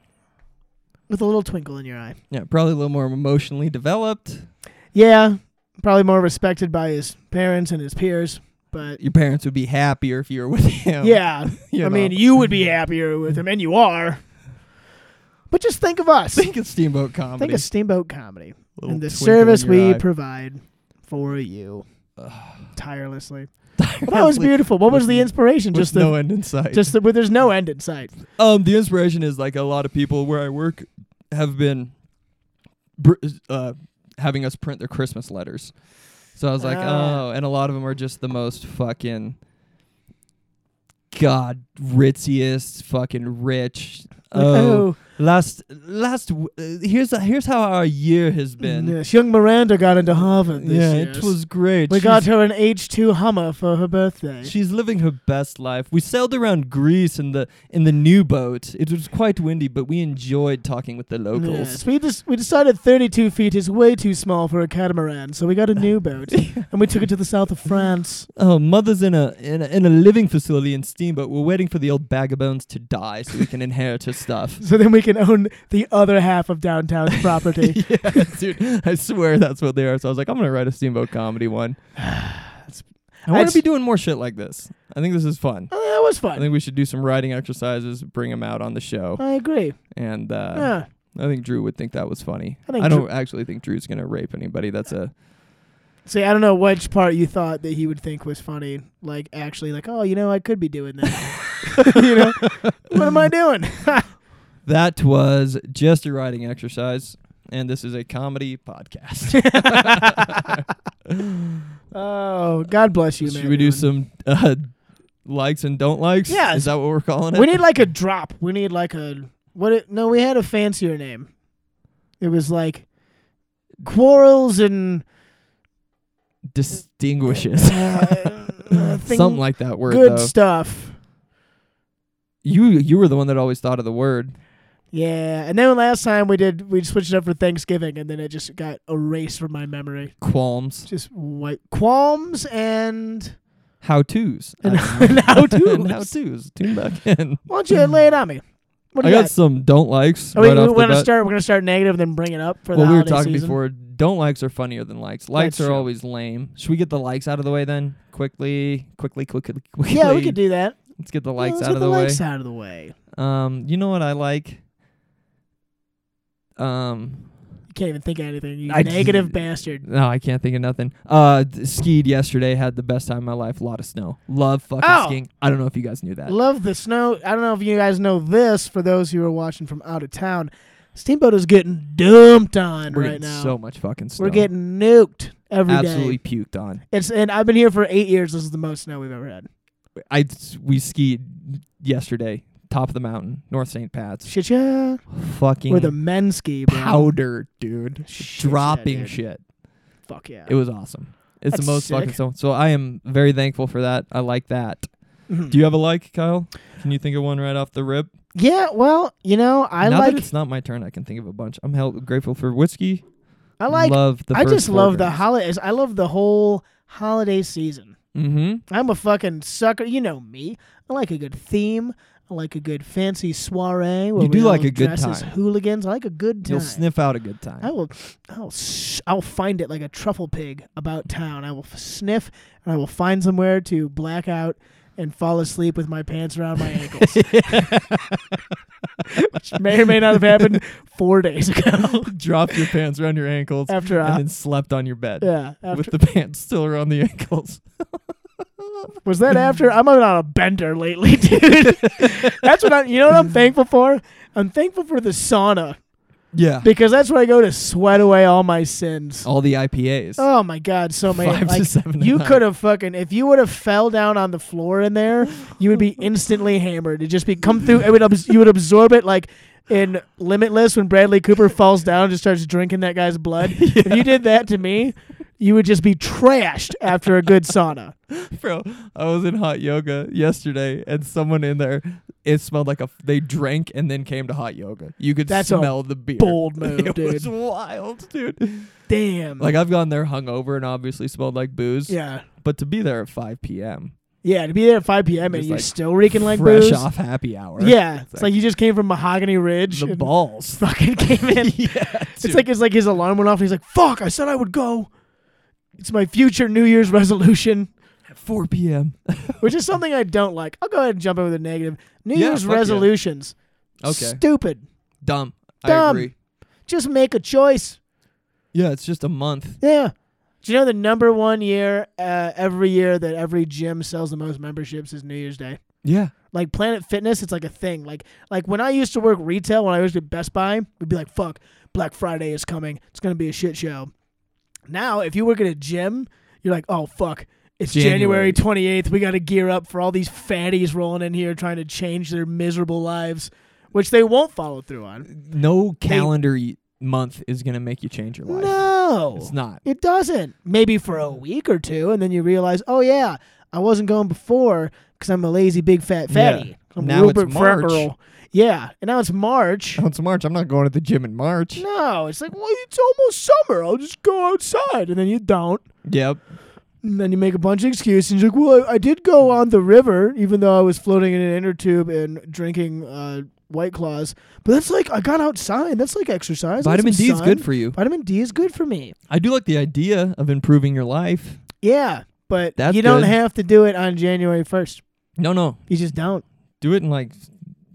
Speaker 2: with a little twinkle in your eye.
Speaker 3: yeah, probably a little more emotionally developed.
Speaker 2: Yeah. Probably more respected by his parents and his peers, but
Speaker 3: Your parents would be happier if you were with him.
Speaker 2: yeah.
Speaker 3: you
Speaker 2: I
Speaker 3: know.
Speaker 2: mean, you would be happier with him, and you are. But just think of us.
Speaker 3: [laughs] think it's Steamboat Comedy.
Speaker 2: Think of Steamboat Comedy
Speaker 3: Little
Speaker 2: and the
Speaker 3: twinkle in
Speaker 2: service
Speaker 3: your
Speaker 2: we
Speaker 3: [laughs] eye.
Speaker 2: provide for you
Speaker 3: Ugh.
Speaker 2: tirelessly. Well, that was
Speaker 3: Like,
Speaker 2: beautiful. What was the
Speaker 3: with-
Speaker 2: inspiration?
Speaker 3: with
Speaker 2: Just the
Speaker 3: no end in sight.
Speaker 2: just the, well, there's no end in sight.
Speaker 3: Um, the inspiration is like a lot of people where I work have been br- uh, having us print their Christmas letters. So I was like,
Speaker 2: Ah.
Speaker 3: oh, and a lot of them are just the most fucking god ritziest fucking rich.
Speaker 2: Like,
Speaker 3: Oh,
Speaker 2: oh,
Speaker 3: last last w- uh, here's here's how our year has been.
Speaker 2: yes, young Miranda got into Harvard this
Speaker 3: yeah,
Speaker 2: year.
Speaker 3: it was great.
Speaker 2: We
Speaker 3: She's-
Speaker 2: got her an H2 Hummer for her birthday.
Speaker 3: [laughs] She's living her best life. We sailed around Greece in the in the new boat. It was quite windy, but we enjoyed talking with the
Speaker 2: Yes,
Speaker 3: locals.
Speaker 2: we just we decided 32 feet is way too small for a catamaran, so we got a new
Speaker 3: [laughs]
Speaker 2: boat and we took it to the south of France.
Speaker 3: Oh, mother's in a, in a in a living facility in Steamboat. We're waiting for the old bag of bones to die so we can inherit her stuff. [laughs]
Speaker 2: So then we can own the other half of downtown's property.
Speaker 3: [laughs]
Speaker 2: [sighs]
Speaker 3: yeah, dude, I swear that's what they are. So I was like, I'm gonna write a Steamboat comedy one. I want
Speaker 2: That's-
Speaker 3: to be doing more shit like this. I think this is fun.
Speaker 2: Oh, that was
Speaker 3: I
Speaker 2: fun.
Speaker 3: think we should do some writing exercises, bring them out on the show,
Speaker 2: I agree.
Speaker 3: and uh,
Speaker 2: yeah.
Speaker 3: I think Drew would think that was funny.
Speaker 2: I
Speaker 3: I,
Speaker 2: think
Speaker 3: don't
Speaker 2: Drew-
Speaker 3: actually think Drew's gonna rape anybody. That's a
Speaker 2: See, I don't know which part you thought that he would think was funny. Like, actually, like, oh, you know, I could be doing that. [laughs] you know, what am I doing?
Speaker 3: that was just a writing exercise, and this is a comedy podcast.
Speaker 2: oh, God bless [laughs] you, man.
Speaker 3: Should we do some uh, likes and don't likes?
Speaker 2: Yeah.
Speaker 3: is that what we're calling it?
Speaker 2: We need like a drop. We need like a what? It, no, we had a fancier name. It was like quarrels and
Speaker 3: distinguishes
Speaker 2: uh,
Speaker 3: [laughs]
Speaker 2: uh, thing-
Speaker 3: something like that word.
Speaker 2: good
Speaker 3: though.
Speaker 2: stuff.
Speaker 3: you you were the one that always thought of the word.
Speaker 2: Yeah, and then last time we did we switched it up for Thanksgiving, and then it just got erased from my memory.
Speaker 3: Qualms,
Speaker 2: Just white qualms and
Speaker 3: how tos,
Speaker 2: and, [laughs] and how
Speaker 3: [laughs]
Speaker 2: to.
Speaker 3: how tos. Tune back in.
Speaker 2: Why don't you lay it on me? What do
Speaker 3: Hmm. I
Speaker 2: you
Speaker 3: got,
Speaker 2: got?
Speaker 3: some don't likes.
Speaker 2: Are we,
Speaker 3: right off
Speaker 2: Oh, we're
Speaker 3: the
Speaker 2: gonna
Speaker 3: bat.
Speaker 2: start. We're gonna start negative, then bring it up for
Speaker 3: well,
Speaker 2: the
Speaker 3: we were
Speaker 2: holiday
Speaker 3: talking
Speaker 2: season.
Speaker 3: before. Don't likes are funnier than likes. Likes
Speaker 2: That's
Speaker 3: are
Speaker 2: true.
Speaker 3: always lame. Should we get the likes out of the way then? Quickly, quickly, quickly, [laughs] quickly.
Speaker 2: Yeah, we could do that.
Speaker 3: Let's get the likes
Speaker 2: Let's
Speaker 3: out
Speaker 2: get
Speaker 3: of
Speaker 2: the,
Speaker 3: the way.
Speaker 2: likes out of the way.
Speaker 3: Um, you know what I like? Um,
Speaker 2: You can't even think of anything. You
Speaker 3: I-
Speaker 2: negative bastard.
Speaker 3: no, I can't think of nothing. Uh, d- skied yesterday. Had the best time of my life. lot of snow. Love fucking
Speaker 2: Oh.
Speaker 3: skiing. I don't know if you guys knew that.
Speaker 2: Love the snow. I don't know if you guys know this. For those who are watching from out of town, Steamboat is getting dumped on
Speaker 3: We're
Speaker 2: right
Speaker 3: getting
Speaker 2: now.
Speaker 3: so much fucking snow.
Speaker 2: We're getting nuked every day.
Speaker 3: absolutely puked on.
Speaker 2: It's and I've been here for eight years. This is the most snow we've ever had.
Speaker 3: I we skied yesterday. Top of the mountain, North St. Pat's.
Speaker 2: Shit, yeah.
Speaker 3: Fucking
Speaker 2: Where the men ski, bro.
Speaker 3: powder, dude.
Speaker 2: Shit, yeah,
Speaker 3: Dropping
Speaker 2: dude.
Speaker 3: shit.
Speaker 2: Fuck yeah.
Speaker 3: It was awesome. It's
Speaker 2: That's
Speaker 3: the most fucking
Speaker 2: sick.
Speaker 3: so. So I am very thankful for that. I like that.
Speaker 2: Mhm.
Speaker 3: Do you have a like, Kyle? Can you think of one right off the rip?
Speaker 2: yeah. Well, you know, I
Speaker 3: now
Speaker 2: like
Speaker 3: that it's not my turn, I can think of a bunch. I'm hell- grateful for whiskey.
Speaker 2: I like
Speaker 3: love the.
Speaker 2: I just love the
Speaker 3: holiday.
Speaker 2: holidays. I love the whole holiday season.
Speaker 3: mm-hmm.
Speaker 2: I'm a fucking sucker. You know me. I like a good theme. I like a good fancy soiree. Where
Speaker 3: You do
Speaker 2: we
Speaker 3: like
Speaker 2: all
Speaker 3: a good
Speaker 2: dress as
Speaker 3: time.
Speaker 2: hooligans. I like a good time.
Speaker 3: You'll sniff out a good time.
Speaker 2: I will. I'll. s I'll find it like a truffle pig about town. I will f- sniff and I will find somewhere to black out and fall asleep with my pants around my
Speaker 3: [laughs]
Speaker 2: ankles. [laughs] Which may or may not have happened four days [laughs] ago.
Speaker 3: [laughs] Drop
Speaker 2: [laughs]
Speaker 3: your pants around your ankles
Speaker 2: After I,
Speaker 3: and then slept on your bed
Speaker 2: yeah, after,
Speaker 3: with the [laughs] pants still around the ankles.
Speaker 2: was that after? I'm on a bender lately, [laughs] dude. that's what I. You know what I'm thankful for? I'm thankful for the sauna
Speaker 3: Yeah.
Speaker 2: because that's where I go to sweat away all my sins.
Speaker 3: All the IPAs.
Speaker 2: Oh my god, so many.
Speaker 3: Five to
Speaker 2: like,
Speaker 3: seven a
Speaker 2: You
Speaker 3: night.
Speaker 2: could have fucking if you would have fell down on the floor in there,
Speaker 3: [laughs]
Speaker 2: you would be instantly hammered. It'd just be come through. It would abs- you would absorb it like in Limitless when Bradley Cooper falls down and just starts drinking that guy's blood. If you did that to me, you would just be trashed after a good
Speaker 3: [laughs]
Speaker 2: sauna.
Speaker 3: [laughs] Bro, I was in hot yoga yesterday, and someone in there, it smelled like a. f- They drank and then came to hot yoga. You could
Speaker 2: That's a
Speaker 3: smell the beer. [laughs]
Speaker 2: bold move,
Speaker 3: it
Speaker 2: dude.
Speaker 3: was
Speaker 2: Mm.
Speaker 3: wild, dude.
Speaker 2: Damn.
Speaker 3: Like I've gone there hungover and obviously smelled like booze.
Speaker 2: yeah,
Speaker 3: But to be there at 5 p.m.
Speaker 2: yeah. To be there at 5 p.m. and
Speaker 3: Just,
Speaker 2: you're
Speaker 3: like,
Speaker 2: still reeking like
Speaker 3: fresh
Speaker 2: booze.
Speaker 3: off happy hour.
Speaker 2: Yeah, it's,
Speaker 3: It's
Speaker 2: like, you just came from Mahogany Ridge.
Speaker 3: the
Speaker 2: and [laughs]
Speaker 3: balls.
Speaker 2: fucking came in.
Speaker 3: [laughs] yeah,
Speaker 2: It's like it's like his alarm went off. And he's like, "Fuck! I said I would go. It's my future New Year's resolution."
Speaker 3: 4
Speaker 2: [laughs]
Speaker 3: p.m.
Speaker 2: which is something I don't like. I'll go ahead and jump in with a negative. New
Speaker 3: Yeah,
Speaker 2: Year's
Speaker 3: fuck yeah.
Speaker 2: resolutions.
Speaker 3: Okay.
Speaker 2: Stupid.
Speaker 3: Dumb. I
Speaker 2: Dumb.
Speaker 3: agree.
Speaker 2: Just make a choice.
Speaker 3: Yeah, it's just a month.
Speaker 2: Yeah. Do you know the number one year uh, every year that every gym sells the most memberships is New Year's Day?
Speaker 3: Yeah.
Speaker 2: Like Planet Fitness, it's like a thing. Like like when I used to work retail, when I used to Best Buy, we'd be like, "Fuck, Black Friday is coming. It's gonna be a shit show." Now, if you work at a gym, you're like, "Oh fuck, it's January
Speaker 3: January.
Speaker 2: twenty eighth. We got to gear up for all these fatties rolling in here trying to change their miserable lives, which they won't follow through on."
Speaker 3: No calendar y month is going to make you change your life.
Speaker 2: No,
Speaker 3: It's [laughs] not.
Speaker 2: It doesn't. Maybe for a week or two, and then you realize, oh yeah, I wasn't going before because I'm a lazy big fat
Speaker 3: Yeah.
Speaker 2: fatty. I'm
Speaker 3: Now it's March.
Speaker 2: Farrell. Yeah, and now it's
Speaker 3: [laughs]
Speaker 2: March.
Speaker 3: Oh, it's March. I'm not going to the gym in March.
Speaker 2: No, it's like, well, it's almost summer. I'll just go outside, and then you don't.
Speaker 3: Yep.
Speaker 2: And then you make a bunch of excuses. And you're like, well, I, I did go on the river, even though I was floating in an inner tube and drinking uh, White Claws. But that's like, I got outside. That's like exercise. I got
Speaker 3: Vitamin
Speaker 2: some
Speaker 3: D is
Speaker 2: sun.
Speaker 3: good for you.
Speaker 2: Vitamin D is good for me.
Speaker 3: I do like the idea of improving your life.
Speaker 2: Yeah, but
Speaker 3: That's
Speaker 2: you don't
Speaker 3: good.
Speaker 2: have to do it on January 1st.
Speaker 3: No, no.
Speaker 2: You just don't.
Speaker 3: Do it in like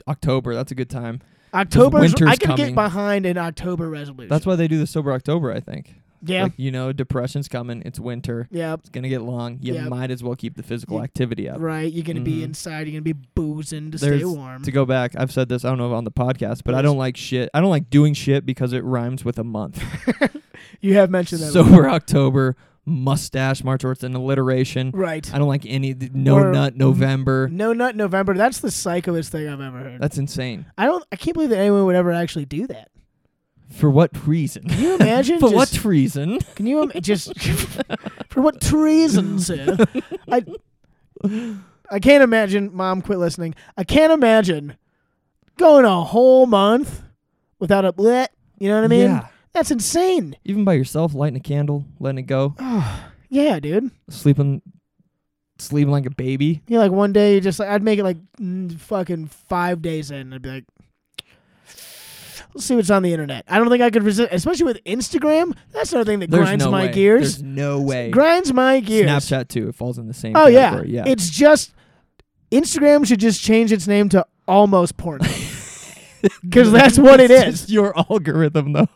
Speaker 3: October. That's a good time.
Speaker 2: October, I
Speaker 3: winter's
Speaker 2: can
Speaker 3: coming.
Speaker 2: get behind an October resolution.
Speaker 3: That's why they do the sober October, I think.
Speaker 2: yeah,
Speaker 3: Like, you know, depression's coming. It's winter.
Speaker 2: yeah,
Speaker 3: It's going to get long. You
Speaker 2: Yeah.
Speaker 3: might as well keep the physical
Speaker 2: You-
Speaker 3: activity up.
Speaker 2: right. You're gonna be
Speaker 3: Mhm.
Speaker 2: inside. You're gonna be boozing to
Speaker 3: There's-
Speaker 2: stay warm.
Speaker 3: To go back, I've said this, I don't know if on the podcast, but I
Speaker 2: Yes.
Speaker 3: don't like shit. I don't like doing shit because it rhymes with a month.
Speaker 2: you have mentioned that.
Speaker 3: [laughs] sober October, mustache March, or it's an alliteration.
Speaker 2: right.
Speaker 3: I don't like any, no
Speaker 2: Or-
Speaker 3: nut November.
Speaker 2: No nut November. That's the psychoest thing I've ever heard.
Speaker 3: That's insane.
Speaker 2: I don't. I can't believe that anyone would ever actually do
Speaker 3: [laughs]
Speaker 2: that.
Speaker 3: For what reason? [laughs]
Speaker 2: Can you imagine?
Speaker 3: For
Speaker 2: just,
Speaker 3: what reason?
Speaker 2: Can you im- just [laughs] for what treason, sir? I I can't imagine. Mom, quit listening. I can't imagine going a whole month without a bleh. You know what I mean?
Speaker 3: Yeah.
Speaker 2: That's
Speaker 3: [sighs]
Speaker 2: insane.
Speaker 3: Even by yourself, lighting a candle, letting it go,
Speaker 2: Yeah, dude.
Speaker 3: sleeping, sleeping like a baby.
Speaker 2: Yeah, like one day you just like I'd make it like mm, fucking five days in. I'd be like, let's see what's on the internet. I don't think I could resist, especially with Instagram. That's another thing that
Speaker 3: There's
Speaker 2: grinds
Speaker 3: no
Speaker 2: my
Speaker 3: way.
Speaker 2: gears.
Speaker 3: There's no way.
Speaker 2: Grinds my gears.
Speaker 3: Snapchat too. It falls in the same.
Speaker 2: Oh yeah.
Speaker 3: category. yeah.
Speaker 2: It's just Instagram should just change its name to almost porn.
Speaker 3: [laughs]
Speaker 2: Because that's what it
Speaker 3: It's [laughs]
Speaker 2: is.
Speaker 3: just your algorithm though.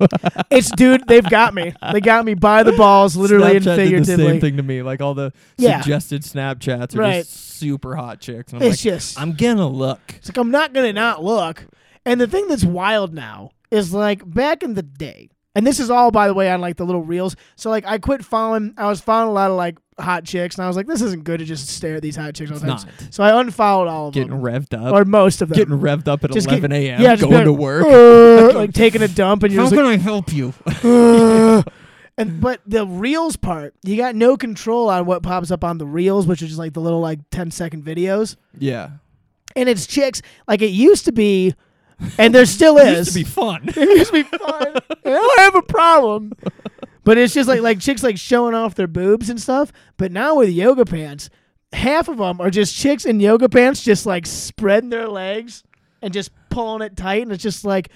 Speaker 2: It's dude, they've got me. They got me by the
Speaker 3: [laughs]
Speaker 2: balls, [laughs] literally
Speaker 3: Snapchat
Speaker 2: and
Speaker 3: did the same
Speaker 2: figuratively.
Speaker 3: thing to me. Like all the
Speaker 2: Yeah.
Speaker 3: suggested Snapchats are
Speaker 2: Right.
Speaker 3: just super hot chicks. And I'm
Speaker 2: It's
Speaker 3: like,
Speaker 2: just
Speaker 3: I'm gonna look.
Speaker 2: It's like I'm not gonna not look. And the thing that's wild now is like back in the day, and this is all by the way on like the little reels. So like I quit following. I was following a lot of like hot chicks, and I was like, this isn't good to just stare at these hot chicks all the
Speaker 3: It's
Speaker 2: time.
Speaker 3: not
Speaker 2: So I unfollowed all of
Speaker 3: getting
Speaker 2: them,
Speaker 3: revved up.
Speaker 2: or most of them.
Speaker 3: getting revved up at
Speaker 2: Just get-
Speaker 3: 11 a.m.
Speaker 2: yeah, just
Speaker 3: going
Speaker 2: be like,
Speaker 3: to work. [laughs]
Speaker 2: "Uh," like taking a dump, and you're just like,
Speaker 3: I
Speaker 2: [laughs]
Speaker 3: help you? uh,
Speaker 2: and but the reels part, you got no control on what pops up on the reels, which is just like the little like 10 second videos.
Speaker 3: yeah,
Speaker 2: and it's chicks like it used to be, and there still
Speaker 3: it
Speaker 2: is.
Speaker 3: used to be
Speaker 2: [laughs]
Speaker 3: fun.
Speaker 2: it used
Speaker 3: [laughs]
Speaker 2: to be fun. I don't have a problem, but it's just like like chicks like showing off their boobs and stuff. But now with yoga pants, half of them are just chicks in yoga pants, just like spreading their legs and just pulling it tight, and it's just like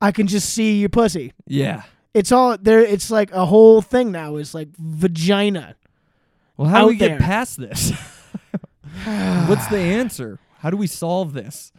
Speaker 2: I can just see your pussy.
Speaker 3: yeah.
Speaker 2: It's all there. It's like a whole thing now is like vagina.
Speaker 3: Well, how do
Speaker 2: Out
Speaker 3: we
Speaker 2: there.
Speaker 3: get past this? [laughs] What's the answer? How do we solve this?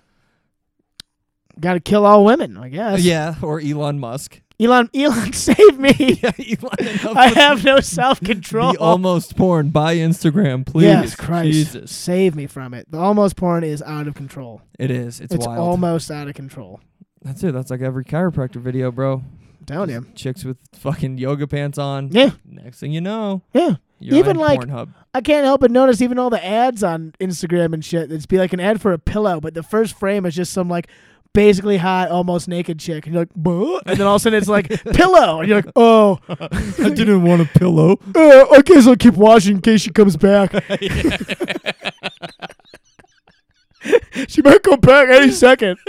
Speaker 2: Got to kill all women, I guess.
Speaker 3: yeah, or Elon Musk. [laughs]
Speaker 2: Elon, Elon, [laughs] save me.
Speaker 3: Yeah, Elon. enough
Speaker 2: [laughs] I
Speaker 3: with
Speaker 2: have no self
Speaker 3: the
Speaker 2: control.
Speaker 3: almost porn by Instagram, please.
Speaker 2: Yes, Christ,
Speaker 3: Jesus,
Speaker 2: save me from it. The almost porn is out of control.
Speaker 3: it is. It's,
Speaker 2: It's,
Speaker 3: wild.
Speaker 2: almost out of control.
Speaker 3: That's it. That's like every chiropractor video, bro.
Speaker 2: I'm telling you.
Speaker 3: Just Chicks with fucking yoga pants on.
Speaker 2: Yeah,
Speaker 3: Next thing you know,
Speaker 2: yeah.
Speaker 3: you're
Speaker 2: Even
Speaker 3: on
Speaker 2: like-
Speaker 3: Pornhub.
Speaker 2: I can't help but notice even all the ads on Instagram and shit. It's be like an ad for a pillow, but the first frame is just some like basically hot, almost naked chick, and you're like, "Buh," and then all of a sudden it's like pillow, and you're like, oh,
Speaker 3: I didn't want a [laughs] pillow.
Speaker 2: uh, I guess I'll keep watching in case she comes back. [laughs] she might come back any second.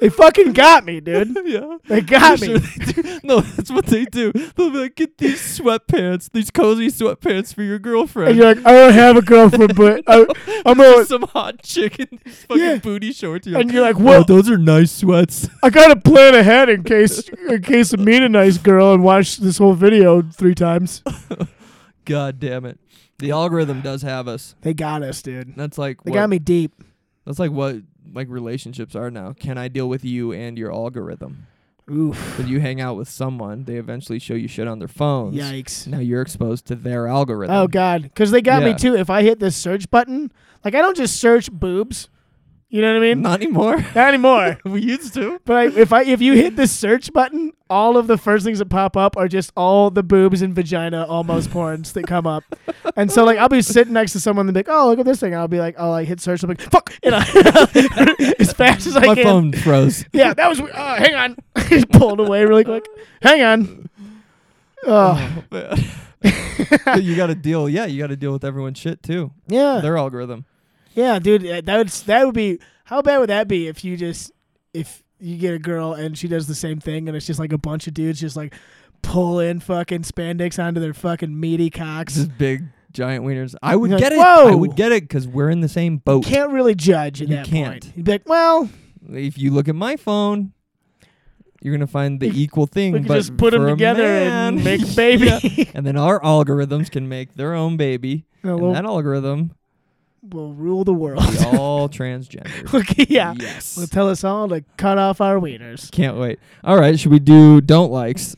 Speaker 2: they fucking got me, dude.
Speaker 3: yeah.
Speaker 2: They got
Speaker 3: Sure
Speaker 2: me.
Speaker 3: they do. No, that's what they do. They'll be like, get these sweatpants, these cozy sweatpants for your
Speaker 2: And
Speaker 3: girlfriend.
Speaker 2: you're like, I don't have a girlfriend,
Speaker 3: [laughs]
Speaker 2: but I, I'm
Speaker 3: There's
Speaker 2: a.
Speaker 3: some hot chick in these
Speaker 2: [laughs]
Speaker 3: fucking
Speaker 2: Yeah.
Speaker 3: booty shorts. [laughs] You're
Speaker 2: And you're like,
Speaker 3: "Oh,
Speaker 2: well,
Speaker 3: those are nice sweats. [laughs]
Speaker 2: I gotta plan ahead in case in case I meet a nice girl and watch this whole video three times.
Speaker 3: God damn it. The algorithm does have us.
Speaker 2: They got us, dude.
Speaker 3: That's like
Speaker 2: They
Speaker 3: what,
Speaker 2: got me deep.
Speaker 3: that's like what like relationships are now. Can I deal with you and your algorithm?
Speaker 2: Oof.
Speaker 3: When you hang out with someone, they eventually show you shit on their phones.
Speaker 2: Yikes.
Speaker 3: [laughs] Now you're exposed to their algorithm.
Speaker 2: Oh god, because they got me
Speaker 3: Yeah.
Speaker 2: too. If I hit this search button, like I don't just search boobs. You know what I mean? [laughs]
Speaker 3: Not anymore.
Speaker 2: Not anymore.
Speaker 3: we used to.
Speaker 2: But [laughs] I, if I if you hit the search button, all of the first things that pop up are just all the boobs and vagina almost porns that come up. And so like I'll be sitting next to someone and be like, oh look at this thing. I'll be like, I'll like hit search. I'm like, fuck, you know, as fast as I [laughs]
Speaker 3: My
Speaker 2: can.
Speaker 3: phone [laughs] froze.
Speaker 2: Yeah, that was. we- Uh, hang on, [laughs] he pulled away really quick. Hang on. Oh [laughs]
Speaker 3: you got to deal. Yeah, you got to deal with everyone's shit too.
Speaker 2: yeah,
Speaker 3: Their algorithm.
Speaker 2: yeah, dude. uh, That would s- that would be. How bad would that be if you just if you get a girl and she does the same thing and it's just like a bunch of dudes just like pulling fucking spandex onto their fucking meaty cocks.
Speaker 3: Just big giant wieners. I would
Speaker 2: You're
Speaker 3: get
Speaker 2: like,
Speaker 3: it. I
Speaker 2: "Whoa."
Speaker 3: would get it because we're in the same boat.
Speaker 2: Can't really judge at
Speaker 3: You
Speaker 2: that point.
Speaker 3: can't.
Speaker 2: You'd be like, well,
Speaker 3: If you look at my phone, you're gonna find the equal thing.
Speaker 2: we could
Speaker 3: but
Speaker 2: just put them
Speaker 3: for a
Speaker 2: together
Speaker 3: man-
Speaker 2: and
Speaker 3: [laughs]
Speaker 2: make a baby.
Speaker 3: Yeah.
Speaker 2: [laughs]
Speaker 3: And then our algorithms can make their own baby.
Speaker 2: And
Speaker 3: And
Speaker 2: we'll, [laughs]
Speaker 3: that algorithm
Speaker 2: we'll rule the world. [laughs]
Speaker 3: be all transgender.
Speaker 2: okay, [laughs] yeah.
Speaker 3: Yes.
Speaker 2: We'll tell us all to cut off our wieners.
Speaker 3: [laughs] Can't wait. All right, should we do don't likes?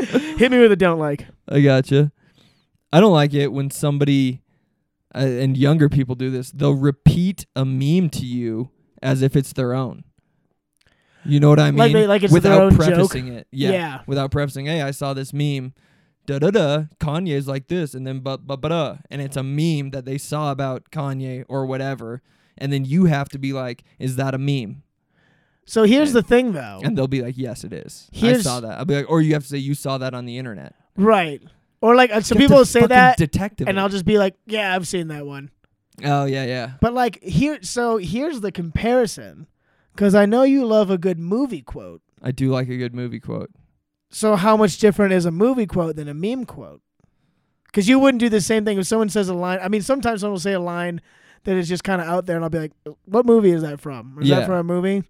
Speaker 2: Hit me with a don't like.
Speaker 3: I gotcha. I don't like it when somebody uh, and younger people do this. They'll repeat a meme to you as if it's their own. You know what I mean?
Speaker 2: Like they- like it's their
Speaker 3: without
Speaker 2: own joke?
Speaker 3: prefacing it. Yeah.
Speaker 2: Yeah.
Speaker 3: Without prefacing, hey, I saw this meme. Da da da. Kanye's like this, and then but but da, and it's a meme that they saw about Kanye or whatever, and then you have to be like, is that a meme?
Speaker 2: So here's the thing, though.
Speaker 3: And they'll be like, yes, it is. I
Speaker 2: Here's-
Speaker 3: saw that. I'll be like, or you have to say you saw that on the internet.
Speaker 2: Right. Or like uh, some
Speaker 3: You have
Speaker 2: people
Speaker 3: to
Speaker 2: will say
Speaker 3: fucking
Speaker 2: that,
Speaker 3: detective.
Speaker 2: and
Speaker 3: it.
Speaker 2: I'll just be like, "Yeah, I've seen that one."
Speaker 3: Oh yeah, yeah.
Speaker 2: But like here, so here's the comparison, because I know you love a good movie quote.
Speaker 3: I do like a good movie quote.
Speaker 2: So how much different is a movie quote than a meme quote? Because you wouldn't do the same thing if someone says a line. I mean, sometimes someone will say a line that is just kind of out there, and I'll be like, "What movie is that from? Is
Speaker 3: Yeah.
Speaker 2: that from a movie?"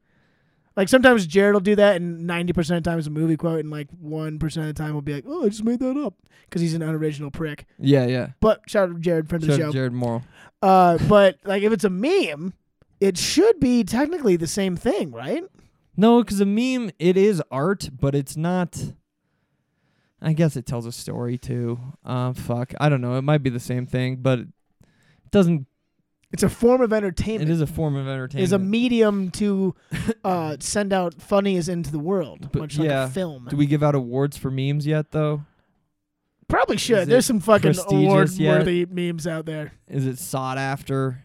Speaker 2: Like sometimes Jared will do that, and ninety percent of the time it's a movie quote, and like one percent of the time will be like, "Oh, I just made that up," because he's an unoriginal prick.
Speaker 3: Yeah, yeah.
Speaker 2: But shout out to Jared, friend of the
Speaker 3: Shout out
Speaker 2: show.
Speaker 3: to Jared Morrill.
Speaker 2: Uh, but like if it's a meme, it should be technically the same thing, right?
Speaker 3: No, because a meme it is art, but it's not. I guess it tells a story too. Um, fuck, I don't know. It might be the same thing, but it doesn't.
Speaker 2: It's a form of
Speaker 3: It
Speaker 2: entertainment.
Speaker 3: is a form of entertainment.
Speaker 2: Is a medium
Speaker 3: [laughs]
Speaker 2: to uh, send out funnies into the world,
Speaker 3: But
Speaker 2: much
Speaker 3: yeah.
Speaker 2: like a film.
Speaker 3: Do we give out awards for memes yet, though?
Speaker 2: Probably
Speaker 3: is
Speaker 2: should.
Speaker 3: it
Speaker 2: There's some fucking award
Speaker 3: prestigious yet?
Speaker 2: worthy memes out there.
Speaker 3: Is it sought after?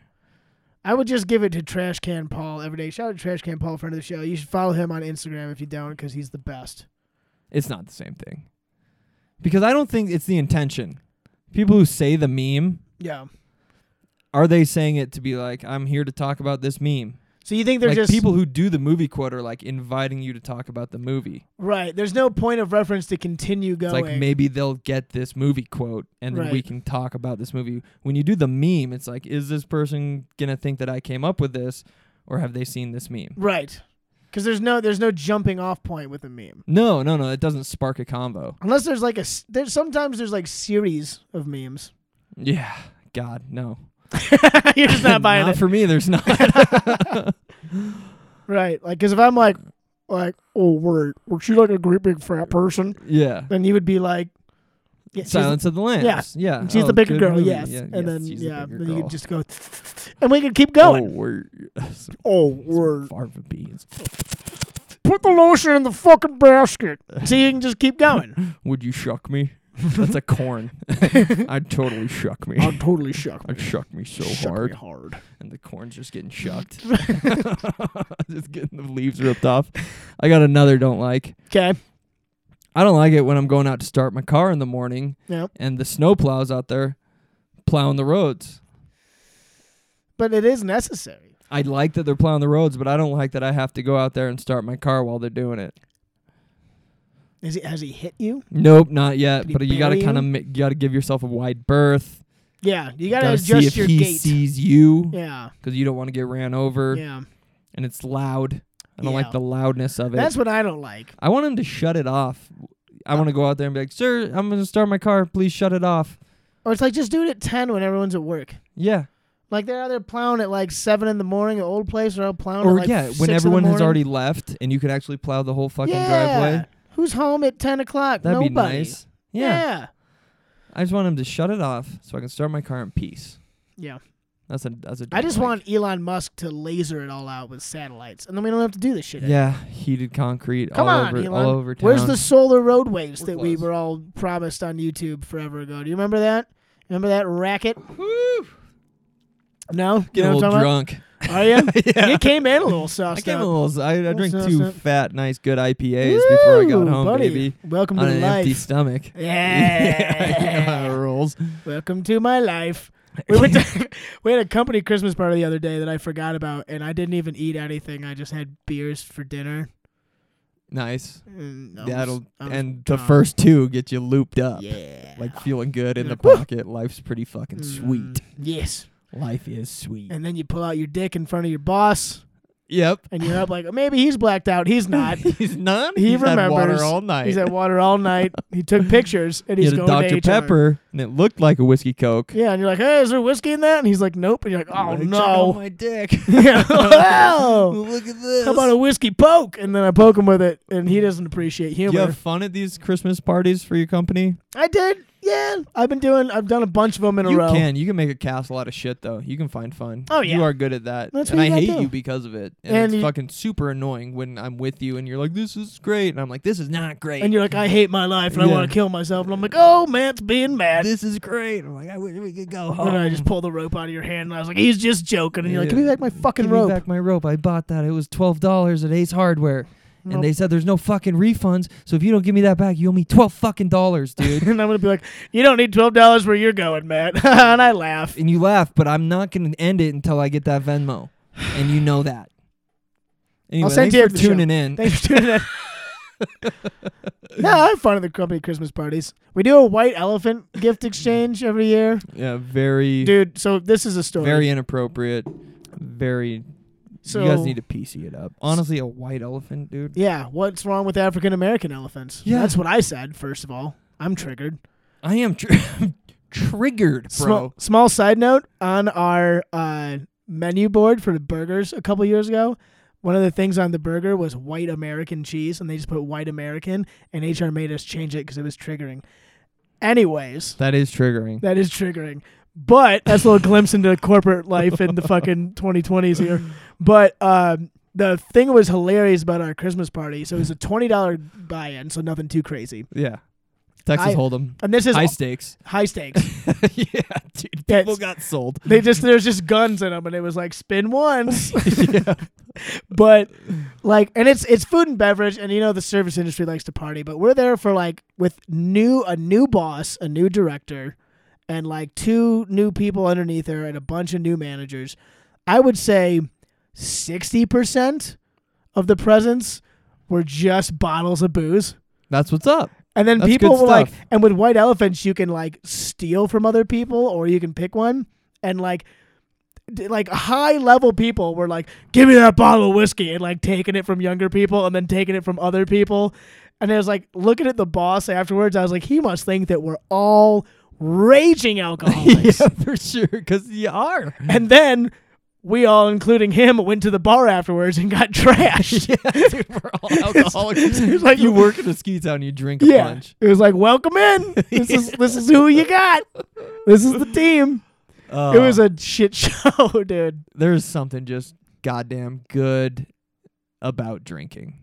Speaker 2: I would just give it to Trash Can Paul every day. Shout out to Trash Can Paul, friend of the show. You should follow him on Instagram if you don't, because he's the best.
Speaker 3: It's not the same thing, because I don't think it's the intention. People who say the meme
Speaker 2: Yeah.
Speaker 3: are they saying it to be like, "I'm here to talk about this meme"?
Speaker 2: So you think they're
Speaker 3: like
Speaker 2: just
Speaker 3: people who do the movie quote are like inviting you to talk about the movie.
Speaker 2: right? There's no point of reference to continue
Speaker 3: It's
Speaker 2: going.
Speaker 3: like maybe they'll get this movie quote and then we
Speaker 2: Right.
Speaker 3: can talk about this movie. When you do the meme, it's like, is this person gonna think that I came up with this, or have they seen this meme?
Speaker 2: Right. Because there's no there's no jumping off point with a meme.
Speaker 3: No, no, no. It doesn't spark a convo.
Speaker 2: Unless there's like a s- there's sometimes there's like series of
Speaker 3: [laughs]
Speaker 2: memes.
Speaker 3: Yeah. God, no.
Speaker 2: You're just [laughs]
Speaker 3: [laughs]
Speaker 2: not buying it,
Speaker 3: for me. There's
Speaker 2: [laughs]
Speaker 3: not.
Speaker 2: right? Like because if I'm like like oh word, was she like a great big fat person?
Speaker 3: yeah.
Speaker 2: Then you would be like yeah, she's the-
Speaker 3: Silence of the Lambs. Yeah.
Speaker 2: She's
Speaker 3: Oh,
Speaker 2: the bigger
Speaker 3: good
Speaker 2: girl,
Speaker 3: movie.
Speaker 2: yes.
Speaker 3: Yeah,
Speaker 2: and
Speaker 3: yes,
Speaker 2: then
Speaker 3: she's the
Speaker 2: yeah,
Speaker 3: bigger
Speaker 2: then you
Speaker 3: girl.
Speaker 2: could just go, [laughs] and we could keep
Speaker 3: Oh,
Speaker 2: going.
Speaker 3: word.
Speaker 2: Oh, word!
Speaker 3: Far from beans. [laughs]
Speaker 2: Put the lotion in the fucking basket. So you can just keep going. [laughs]
Speaker 3: Would you shock me? That's a corn. [laughs] I'd totally shuck me.
Speaker 2: I'm totally shocked.
Speaker 3: I'd shuck me so
Speaker 2: Shook me
Speaker 3: hard.
Speaker 2: hard.
Speaker 3: and the corn's
Speaker 2: [laughs]
Speaker 3: just getting shucked. [laughs] just getting the leaves ripped off. I got another don't like.
Speaker 2: Okay.
Speaker 3: I don't like it when I'm going out to start my car in the morning
Speaker 2: Yep.
Speaker 3: and the snow plows out there plowing the roads.
Speaker 2: But it is necessary.
Speaker 3: I like that they're plowing the roads, but I don't like that I have to go out there and start my car while they're doing it.
Speaker 2: Is he, has he hit you?
Speaker 3: Nope, not yet.
Speaker 2: Did he
Speaker 3: But you got to
Speaker 2: bury
Speaker 3: kind of
Speaker 2: you?
Speaker 3: you got to give yourself a wide berth.
Speaker 2: Yeah. You gotta,
Speaker 3: Got to see
Speaker 2: adjust
Speaker 3: if
Speaker 2: your
Speaker 3: he
Speaker 2: gait.
Speaker 3: sees you
Speaker 2: yeah.
Speaker 3: because you don't want to get ran over,
Speaker 2: Yeah.
Speaker 3: and it's loud. I don't like
Speaker 2: Yeah.
Speaker 3: the loudness of it.
Speaker 2: That's what I don't like.
Speaker 3: I want him to shut it off. I want to go out there and be like, "Sir, I'm gonna start my car. Please shut it off."
Speaker 2: Or it's like just do it at ten when everyone's at work.
Speaker 3: Yeah,
Speaker 2: Like they're out there plowing at like seven in the morning at old place, or out plowing.
Speaker 3: or
Speaker 2: at like
Speaker 3: yeah,
Speaker 2: six in
Speaker 3: when
Speaker 2: the
Speaker 3: everyone has
Speaker 2: morning.
Speaker 3: already left and you can actually plow the whole fucking
Speaker 2: yeah.
Speaker 3: driveway.
Speaker 2: Who's home at ten o'clock?
Speaker 3: That'd
Speaker 2: Nobody.
Speaker 3: be nice. Yeah.
Speaker 2: Yeah.
Speaker 3: I just want him to shut it off so I can start my car in peace.
Speaker 2: Yeah.
Speaker 3: That's a that's a.
Speaker 2: I just
Speaker 3: don't like.
Speaker 2: want Elon Musk to laser it all out with satellites, and then we don't have to do this shit. anymore.
Speaker 3: Yeah, heated concrete
Speaker 2: Come
Speaker 3: all
Speaker 2: on,
Speaker 3: over
Speaker 2: Elon.
Speaker 3: all over town.
Speaker 2: Where's the solar roadways
Speaker 3: We're
Speaker 2: that we
Speaker 3: close.
Speaker 2: were all promised on YouTube forever ago? Do you remember that? Remember that racket?
Speaker 3: Woo!
Speaker 2: No, you
Speaker 3: Get a
Speaker 2: know what
Speaker 3: little
Speaker 2: I'm talking
Speaker 3: drunk?
Speaker 2: about? Are you?
Speaker 3: [laughs]
Speaker 2: [laughs]
Speaker 3: yeah.
Speaker 2: You came in a little
Speaker 3: I
Speaker 2: sauced
Speaker 3: came a
Speaker 2: up.
Speaker 3: little. I, I
Speaker 2: Little
Speaker 3: drank
Speaker 2: sauced
Speaker 3: two
Speaker 2: up.
Speaker 3: fat, nice, good IPAs before I got
Speaker 2: Woo,
Speaker 3: home,
Speaker 2: buddy.
Speaker 3: baby,
Speaker 2: Welcome
Speaker 3: on
Speaker 2: to
Speaker 3: an empty
Speaker 2: life.
Speaker 3: stomach. [laughs] yeah, [laughs] you know how
Speaker 2: Yeah.
Speaker 3: it rolls.
Speaker 2: Welcome to my life. We went to, [laughs] we had a company Christmas party the other day that I forgot about, and I didn't even eat anything. I just had beers for dinner.
Speaker 3: Nice.
Speaker 2: And I was-
Speaker 3: That'll
Speaker 2: I was
Speaker 3: and the
Speaker 2: drunk.
Speaker 3: first two get you looped up.
Speaker 2: yeah,
Speaker 3: Like feeling good in
Speaker 2: Yeah.
Speaker 3: the pocket. Life's pretty fucking
Speaker 2: Mm,
Speaker 3: sweet.
Speaker 2: Yes,
Speaker 3: Life is sweet.
Speaker 2: and then you pull out your dick in front of your boss, [laughs]
Speaker 3: Yep.
Speaker 2: and you're up like, maybe he's blacked out.
Speaker 3: [laughs]
Speaker 2: He's not.
Speaker 3: He's none.
Speaker 2: He
Speaker 3: He's had
Speaker 2: remembers.
Speaker 3: water all night.
Speaker 2: He's had water all night. He
Speaker 3: [laughs]
Speaker 2: took pictures, and
Speaker 3: he
Speaker 2: he's
Speaker 3: had a
Speaker 2: going to
Speaker 3: Dr.
Speaker 2: HR.
Speaker 3: Pepper and it looked like a whiskey coke.
Speaker 2: Yeah, and you're like, hey, is there whiskey in that? And he's like, nope. And you're like, oh
Speaker 3: Like, check out
Speaker 2: no.
Speaker 3: my dick.
Speaker 2: [laughs] Yeah.
Speaker 3: [laughs]
Speaker 2: Wow.
Speaker 3: Look at this.
Speaker 2: How about a whiskey poke? And then I poke him with it, and he doesn't appreciate
Speaker 3: Do you
Speaker 2: humor.
Speaker 3: have fun at these Christmas parties for your company?
Speaker 2: I did. Yeah, I've been doing. I've done a bunch of them in a
Speaker 3: you
Speaker 2: row.
Speaker 3: can. You can make a castle out of shit, though. You can find fun.
Speaker 2: Oh, yeah.
Speaker 3: You are good at that.
Speaker 2: That's
Speaker 3: and
Speaker 2: what
Speaker 3: I
Speaker 2: you gotta
Speaker 3: hate
Speaker 2: do.
Speaker 3: you because of it. And,
Speaker 2: And
Speaker 3: it's
Speaker 2: you-
Speaker 3: fucking super annoying when I'm with you and you're like, this is great. And I'm like, this is not great.
Speaker 2: And you're like, I hate my life, and I
Speaker 3: Yeah.
Speaker 2: want to kill myself. And I'm like, oh, Matt's being mad.
Speaker 3: this is great. I'm like, I wish we could go home.
Speaker 2: And I just pull the rope out of your hand, and I was like, he's just joking. And you're like,
Speaker 3: Yeah.
Speaker 2: give me back my fucking
Speaker 3: Give
Speaker 2: rope.
Speaker 3: me back my rope. I bought that. It was twelve dollars at Ace Hardware,
Speaker 2: Nope.
Speaker 3: and they said there's no fucking refunds. So if you don't give me that back, you owe me twelve fucking dollars,
Speaker 2: [laughs]
Speaker 3: dude.
Speaker 2: and I'm gonna be like, you don't need twelve dollars where you're going, Matt. [laughs] and I
Speaker 3: [laughs]
Speaker 2: laugh.
Speaker 3: and you laugh, but I'm not gonna end it until I get that Venmo, and you know that. Anyway,
Speaker 2: send
Speaker 3: thanks
Speaker 2: you
Speaker 3: for
Speaker 2: after the show.
Speaker 3: tuning in.
Speaker 2: Thanks for tuning in. no, I have fun at the company Christmas parties. We do a white elephant gift exchange every year,
Speaker 3: Yeah, very,
Speaker 2: dude. So this is a story.
Speaker 3: very inappropriate. Very.
Speaker 2: so
Speaker 3: you guys need to PC it up. Honestly, a white elephant, dude.
Speaker 2: Yeah, what's wrong with African American elephants?
Speaker 3: Yeah.
Speaker 2: That's what I said, first of all. I'm triggered.
Speaker 3: I am tr- [laughs] triggered, bro.
Speaker 2: Small, small side note on our uh, menu board for the burgers a couple years ago, one of the things on the burger was white American cheese, and they just put white American, and HR made us change it because it was triggering. Anyways,
Speaker 3: That is triggering.
Speaker 2: that is triggering. But that's a little glimpse into corporate life in the
Speaker 3: [laughs]
Speaker 2: fucking 2020s here. But um, the thing that was hilarious about our Christmas party. So it was a $20 buy in, so nothing too crazy.
Speaker 3: Yeah. Texas
Speaker 2: I-
Speaker 3: Hold'em.
Speaker 2: And this is
Speaker 3: High
Speaker 2: high, [laughs]
Speaker 3: stakes. [laughs]
Speaker 2: stakes.
Speaker 3: yeah, dude.
Speaker 2: That's-
Speaker 3: People
Speaker 2: [laughs]
Speaker 3: got sold.
Speaker 2: they just there's just guns in them, and it was like spin once.
Speaker 3: yeah.
Speaker 2: but like, and it's it's food and beverage, and you know the service industry likes to party, but we're there for like with new a new boss, a new director, and like two new people underneath her, and a bunch of new managers. I would say sixty percent of the presents were just bottles of booze.
Speaker 3: [laughs] That's
Speaker 2: [laughs]
Speaker 3: what's up.
Speaker 2: And then
Speaker 3: That's
Speaker 2: people
Speaker 3: good
Speaker 2: will like,
Speaker 3: stuff.
Speaker 2: and with white elephants, you can like steal from other people, or you can pick one, and like, d- like high level people were like, "Give me that bottle of whiskey," and like taking it from younger people, and then taking it from other people, and I was like looking at the boss afterwards. I was like, he must think that we're all raging alcoholics.
Speaker 3: [laughs] yeah, for sure. Because you are. [laughs]
Speaker 2: And then we all, including him, went to the bar afterwards and got [laughs] trashed.
Speaker 3: [laughs] yeah, dude, we're
Speaker 2: [laughs]
Speaker 3: all alcoholics.
Speaker 2: It's like-
Speaker 3: you work in a ski town, you drink a
Speaker 2: Yeah.
Speaker 3: bunch.
Speaker 2: It was like, welcome
Speaker 3: [laughs]
Speaker 2: in. This is this is who you got. This is the team.
Speaker 3: Uh,
Speaker 2: it was a shit [laughs] show, dude.
Speaker 3: there's something just goddamn good about drinking.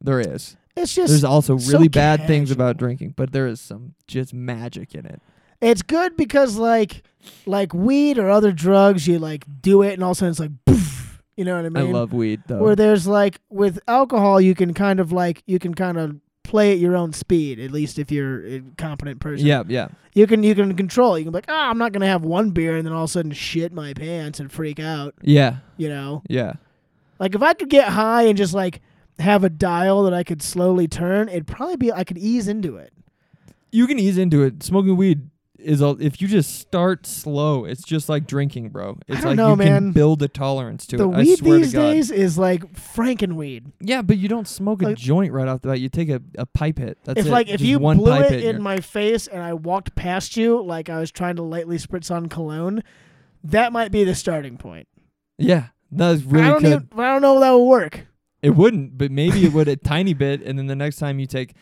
Speaker 3: There is.
Speaker 2: It's just
Speaker 3: There's also
Speaker 2: so
Speaker 3: really bad things about
Speaker 2: casual.
Speaker 3: drinking, but there is some just magic in it.
Speaker 2: It's good because like like weed or other drugs, you like do it and all of a sudden it's like poof, you know what I
Speaker 3: I
Speaker 2: mean?
Speaker 3: love weed though.
Speaker 2: Where there's like with alcohol, you can kind of like you can kind of play at your own speed. At least if you're a competent person,
Speaker 3: yeah, yeah.
Speaker 2: you can you can control. You can be like, ah, I'm not gonna have one beer, and then all of a sudden shit my pants and freak out.
Speaker 3: Yeah.
Speaker 2: You know,
Speaker 3: Yeah.
Speaker 2: like if I could get high and just like have a dial that I could slowly turn, it'd probably be I could ease into it.
Speaker 3: You can ease into it. Smoking weed is all if you just start slow, it's just like drinking, bro. It's
Speaker 2: don't
Speaker 3: like
Speaker 2: know,
Speaker 3: you
Speaker 2: man.
Speaker 3: can build a tolerance to
Speaker 2: the
Speaker 3: it. I
Speaker 2: weed
Speaker 3: swear
Speaker 2: these
Speaker 3: to God.
Speaker 2: days is like Frankenweed.
Speaker 3: Yeah, but you don't smoke a
Speaker 2: Like-
Speaker 3: joint right off the bat. You take a, a pipe hit. That's
Speaker 2: if
Speaker 3: it.
Speaker 2: like if
Speaker 3: Just
Speaker 2: you
Speaker 3: one
Speaker 2: blew
Speaker 3: pipe
Speaker 2: it
Speaker 3: hit and
Speaker 2: in
Speaker 3: you're-
Speaker 2: my face and I walked past you like I was trying to lightly spritz on cologne, that might be the starting point.
Speaker 3: yeah, that's really
Speaker 2: I don't
Speaker 3: could.
Speaker 2: even I don't know if that will work.
Speaker 3: It wouldn't, but maybe
Speaker 2: [laughs]
Speaker 3: it would a tiny bit, and then the next time you take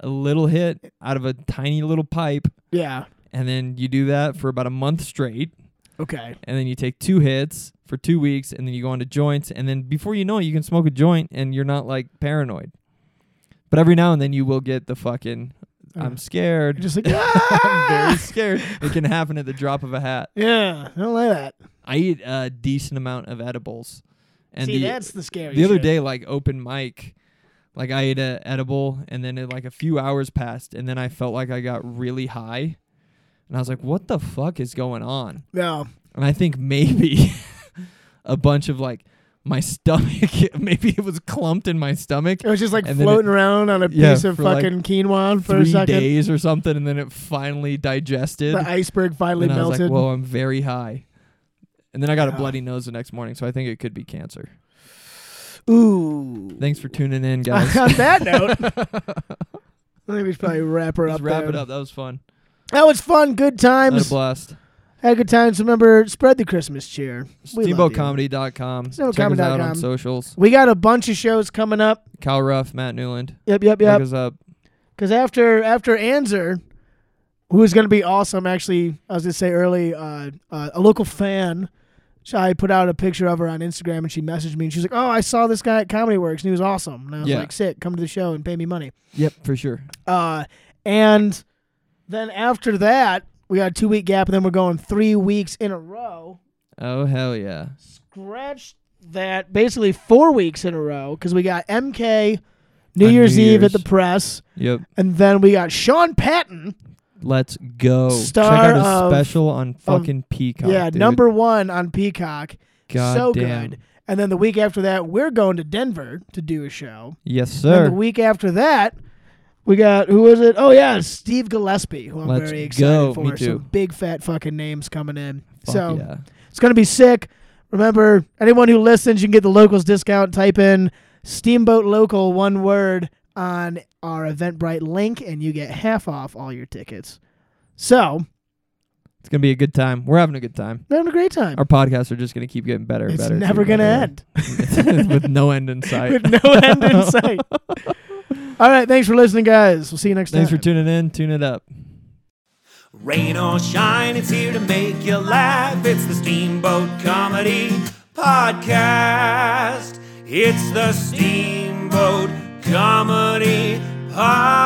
Speaker 3: a little hit out of a tiny little pipe,
Speaker 2: Yeah.
Speaker 3: and then you do that for about a month straight,
Speaker 2: Okay.
Speaker 3: and then you take two hits for two weeks, and then you go on to joints, and then before you know it, you can smoke a joint, and you're not like paranoid. But every now and then you will get the fucking I'm
Speaker 2: Uh,
Speaker 3: scared.
Speaker 2: You're just like
Speaker 3: [laughs] I'm very
Speaker 2: [laughs] "Ah!"
Speaker 3: scared. It can happen at the drop of a hat.
Speaker 2: Yeah. I don't like that.
Speaker 3: I eat a decent amount of edibles. And
Speaker 2: See,
Speaker 3: the,
Speaker 2: that's the scary.
Speaker 3: the other
Speaker 2: shit.
Speaker 3: day, like open mic, like I ate a edible, and then it, like a few hours passed, and then I felt like I got really high, and I was like, "What the fuck is going on?"
Speaker 2: No.
Speaker 3: And I think maybe [laughs] a bunch of like my stomach, [laughs] maybe it was clumped in my stomach
Speaker 2: It was just like
Speaker 3: And then
Speaker 2: floating around on a
Speaker 3: Yeah,
Speaker 2: piece of
Speaker 3: for, like,
Speaker 2: fucking quinoa for a
Speaker 3: three
Speaker 2: second.
Speaker 3: days or something, and then it finally digested.
Speaker 2: The iceberg finally
Speaker 3: and I was
Speaker 2: melted.
Speaker 3: like, "Whoa, I'm very high." And then I got a
Speaker 2: Yeah.
Speaker 3: bloody nose the next morning, so I think it could be cancer.
Speaker 2: Ooh.
Speaker 3: Thanks for tuning in,
Speaker 2: [laughs]
Speaker 3: guys.
Speaker 2: on that
Speaker 3: [laughs]
Speaker 2: note, I think we should probably wrap her
Speaker 3: Let's
Speaker 2: up.
Speaker 3: wrap
Speaker 2: there.
Speaker 3: it up. That was fun.
Speaker 2: That was fun. Good
Speaker 3: Had a
Speaker 2: times.
Speaker 3: blast.
Speaker 2: Had good times. Remember, spread the Christmas cheer. We love you.
Speaker 3: SteamboatComedy.com. Check us out
Speaker 2: SteamboatComedy.com.
Speaker 3: on socials.
Speaker 2: We got a bunch of shows coming up.
Speaker 3: Kyle Ruff, Matt Newland.
Speaker 2: Yep, yep,
Speaker 3: Look
Speaker 2: yep.
Speaker 3: us up.
Speaker 2: Because after after Anzer, who is going to be awesome, actually, I was going to say early, uh, uh, a local fan, she- I put out a picture of her on Instagram and she messaged me and she's like, "Oh, I saw this guy at Comedy Works and he was awesome." And I was
Speaker 3: Yeah.
Speaker 2: like, "Sick, come to the show and pay me money."
Speaker 3: Yep, for sure.
Speaker 2: Uh, and then after that, we got a two week gap, and then we're going three weeks in a row.
Speaker 3: Oh hell yeah.
Speaker 2: Scratch that, basically four weeks in a row, because we got MK New
Speaker 3: On New
Speaker 2: Year's Eve at
Speaker 3: Year's.
Speaker 2: the press,
Speaker 3: Yep.
Speaker 2: and then we got Sean Patton,
Speaker 3: Let's go.
Speaker 2: Star
Speaker 3: Check out
Speaker 2: of-
Speaker 3: his special on fucking Peacock.
Speaker 2: yeah,
Speaker 3: dude.
Speaker 2: number one on Peacock,
Speaker 3: God
Speaker 2: so
Speaker 3: damn.
Speaker 2: good. And then the week after that, we're going to Denver to do a show.
Speaker 3: Yes,
Speaker 2: And
Speaker 3: sir.
Speaker 2: the week after that, we got who was it? Oh yeah, Steve Gillespie, who I'm
Speaker 3: Let's
Speaker 2: very excited
Speaker 3: go.
Speaker 2: for.
Speaker 3: Me too.
Speaker 2: Some big fat fucking names coming in.
Speaker 3: Fuck
Speaker 2: so
Speaker 3: yeah.
Speaker 2: it's gonna be sick. Remember, anyone who listens, you can get the locals discount. Type in Steamboat Local one word on our Eventbrite link, and you get half off all your tickets. So
Speaker 3: It's gonna be a good time. We're having a good time.
Speaker 2: we're having a great time.
Speaker 3: Our podcasts are just gonna keep getting better. and
Speaker 2: it's
Speaker 3: better,
Speaker 2: never
Speaker 3: going
Speaker 2: gonna end [laughs]
Speaker 3: end [laughs] with no end in sight.
Speaker 2: with no end
Speaker 3: [laughs]
Speaker 2: in sight. All right, thanks for listening, guys. We'll see you next
Speaker 3: Thanks
Speaker 2: time.
Speaker 3: for tuning in. Tune it up.
Speaker 1: Rain or shine, it's here to make you laugh. It's the Steamboat Comedy Podcast. It's the Steamboat Comedy Podcast.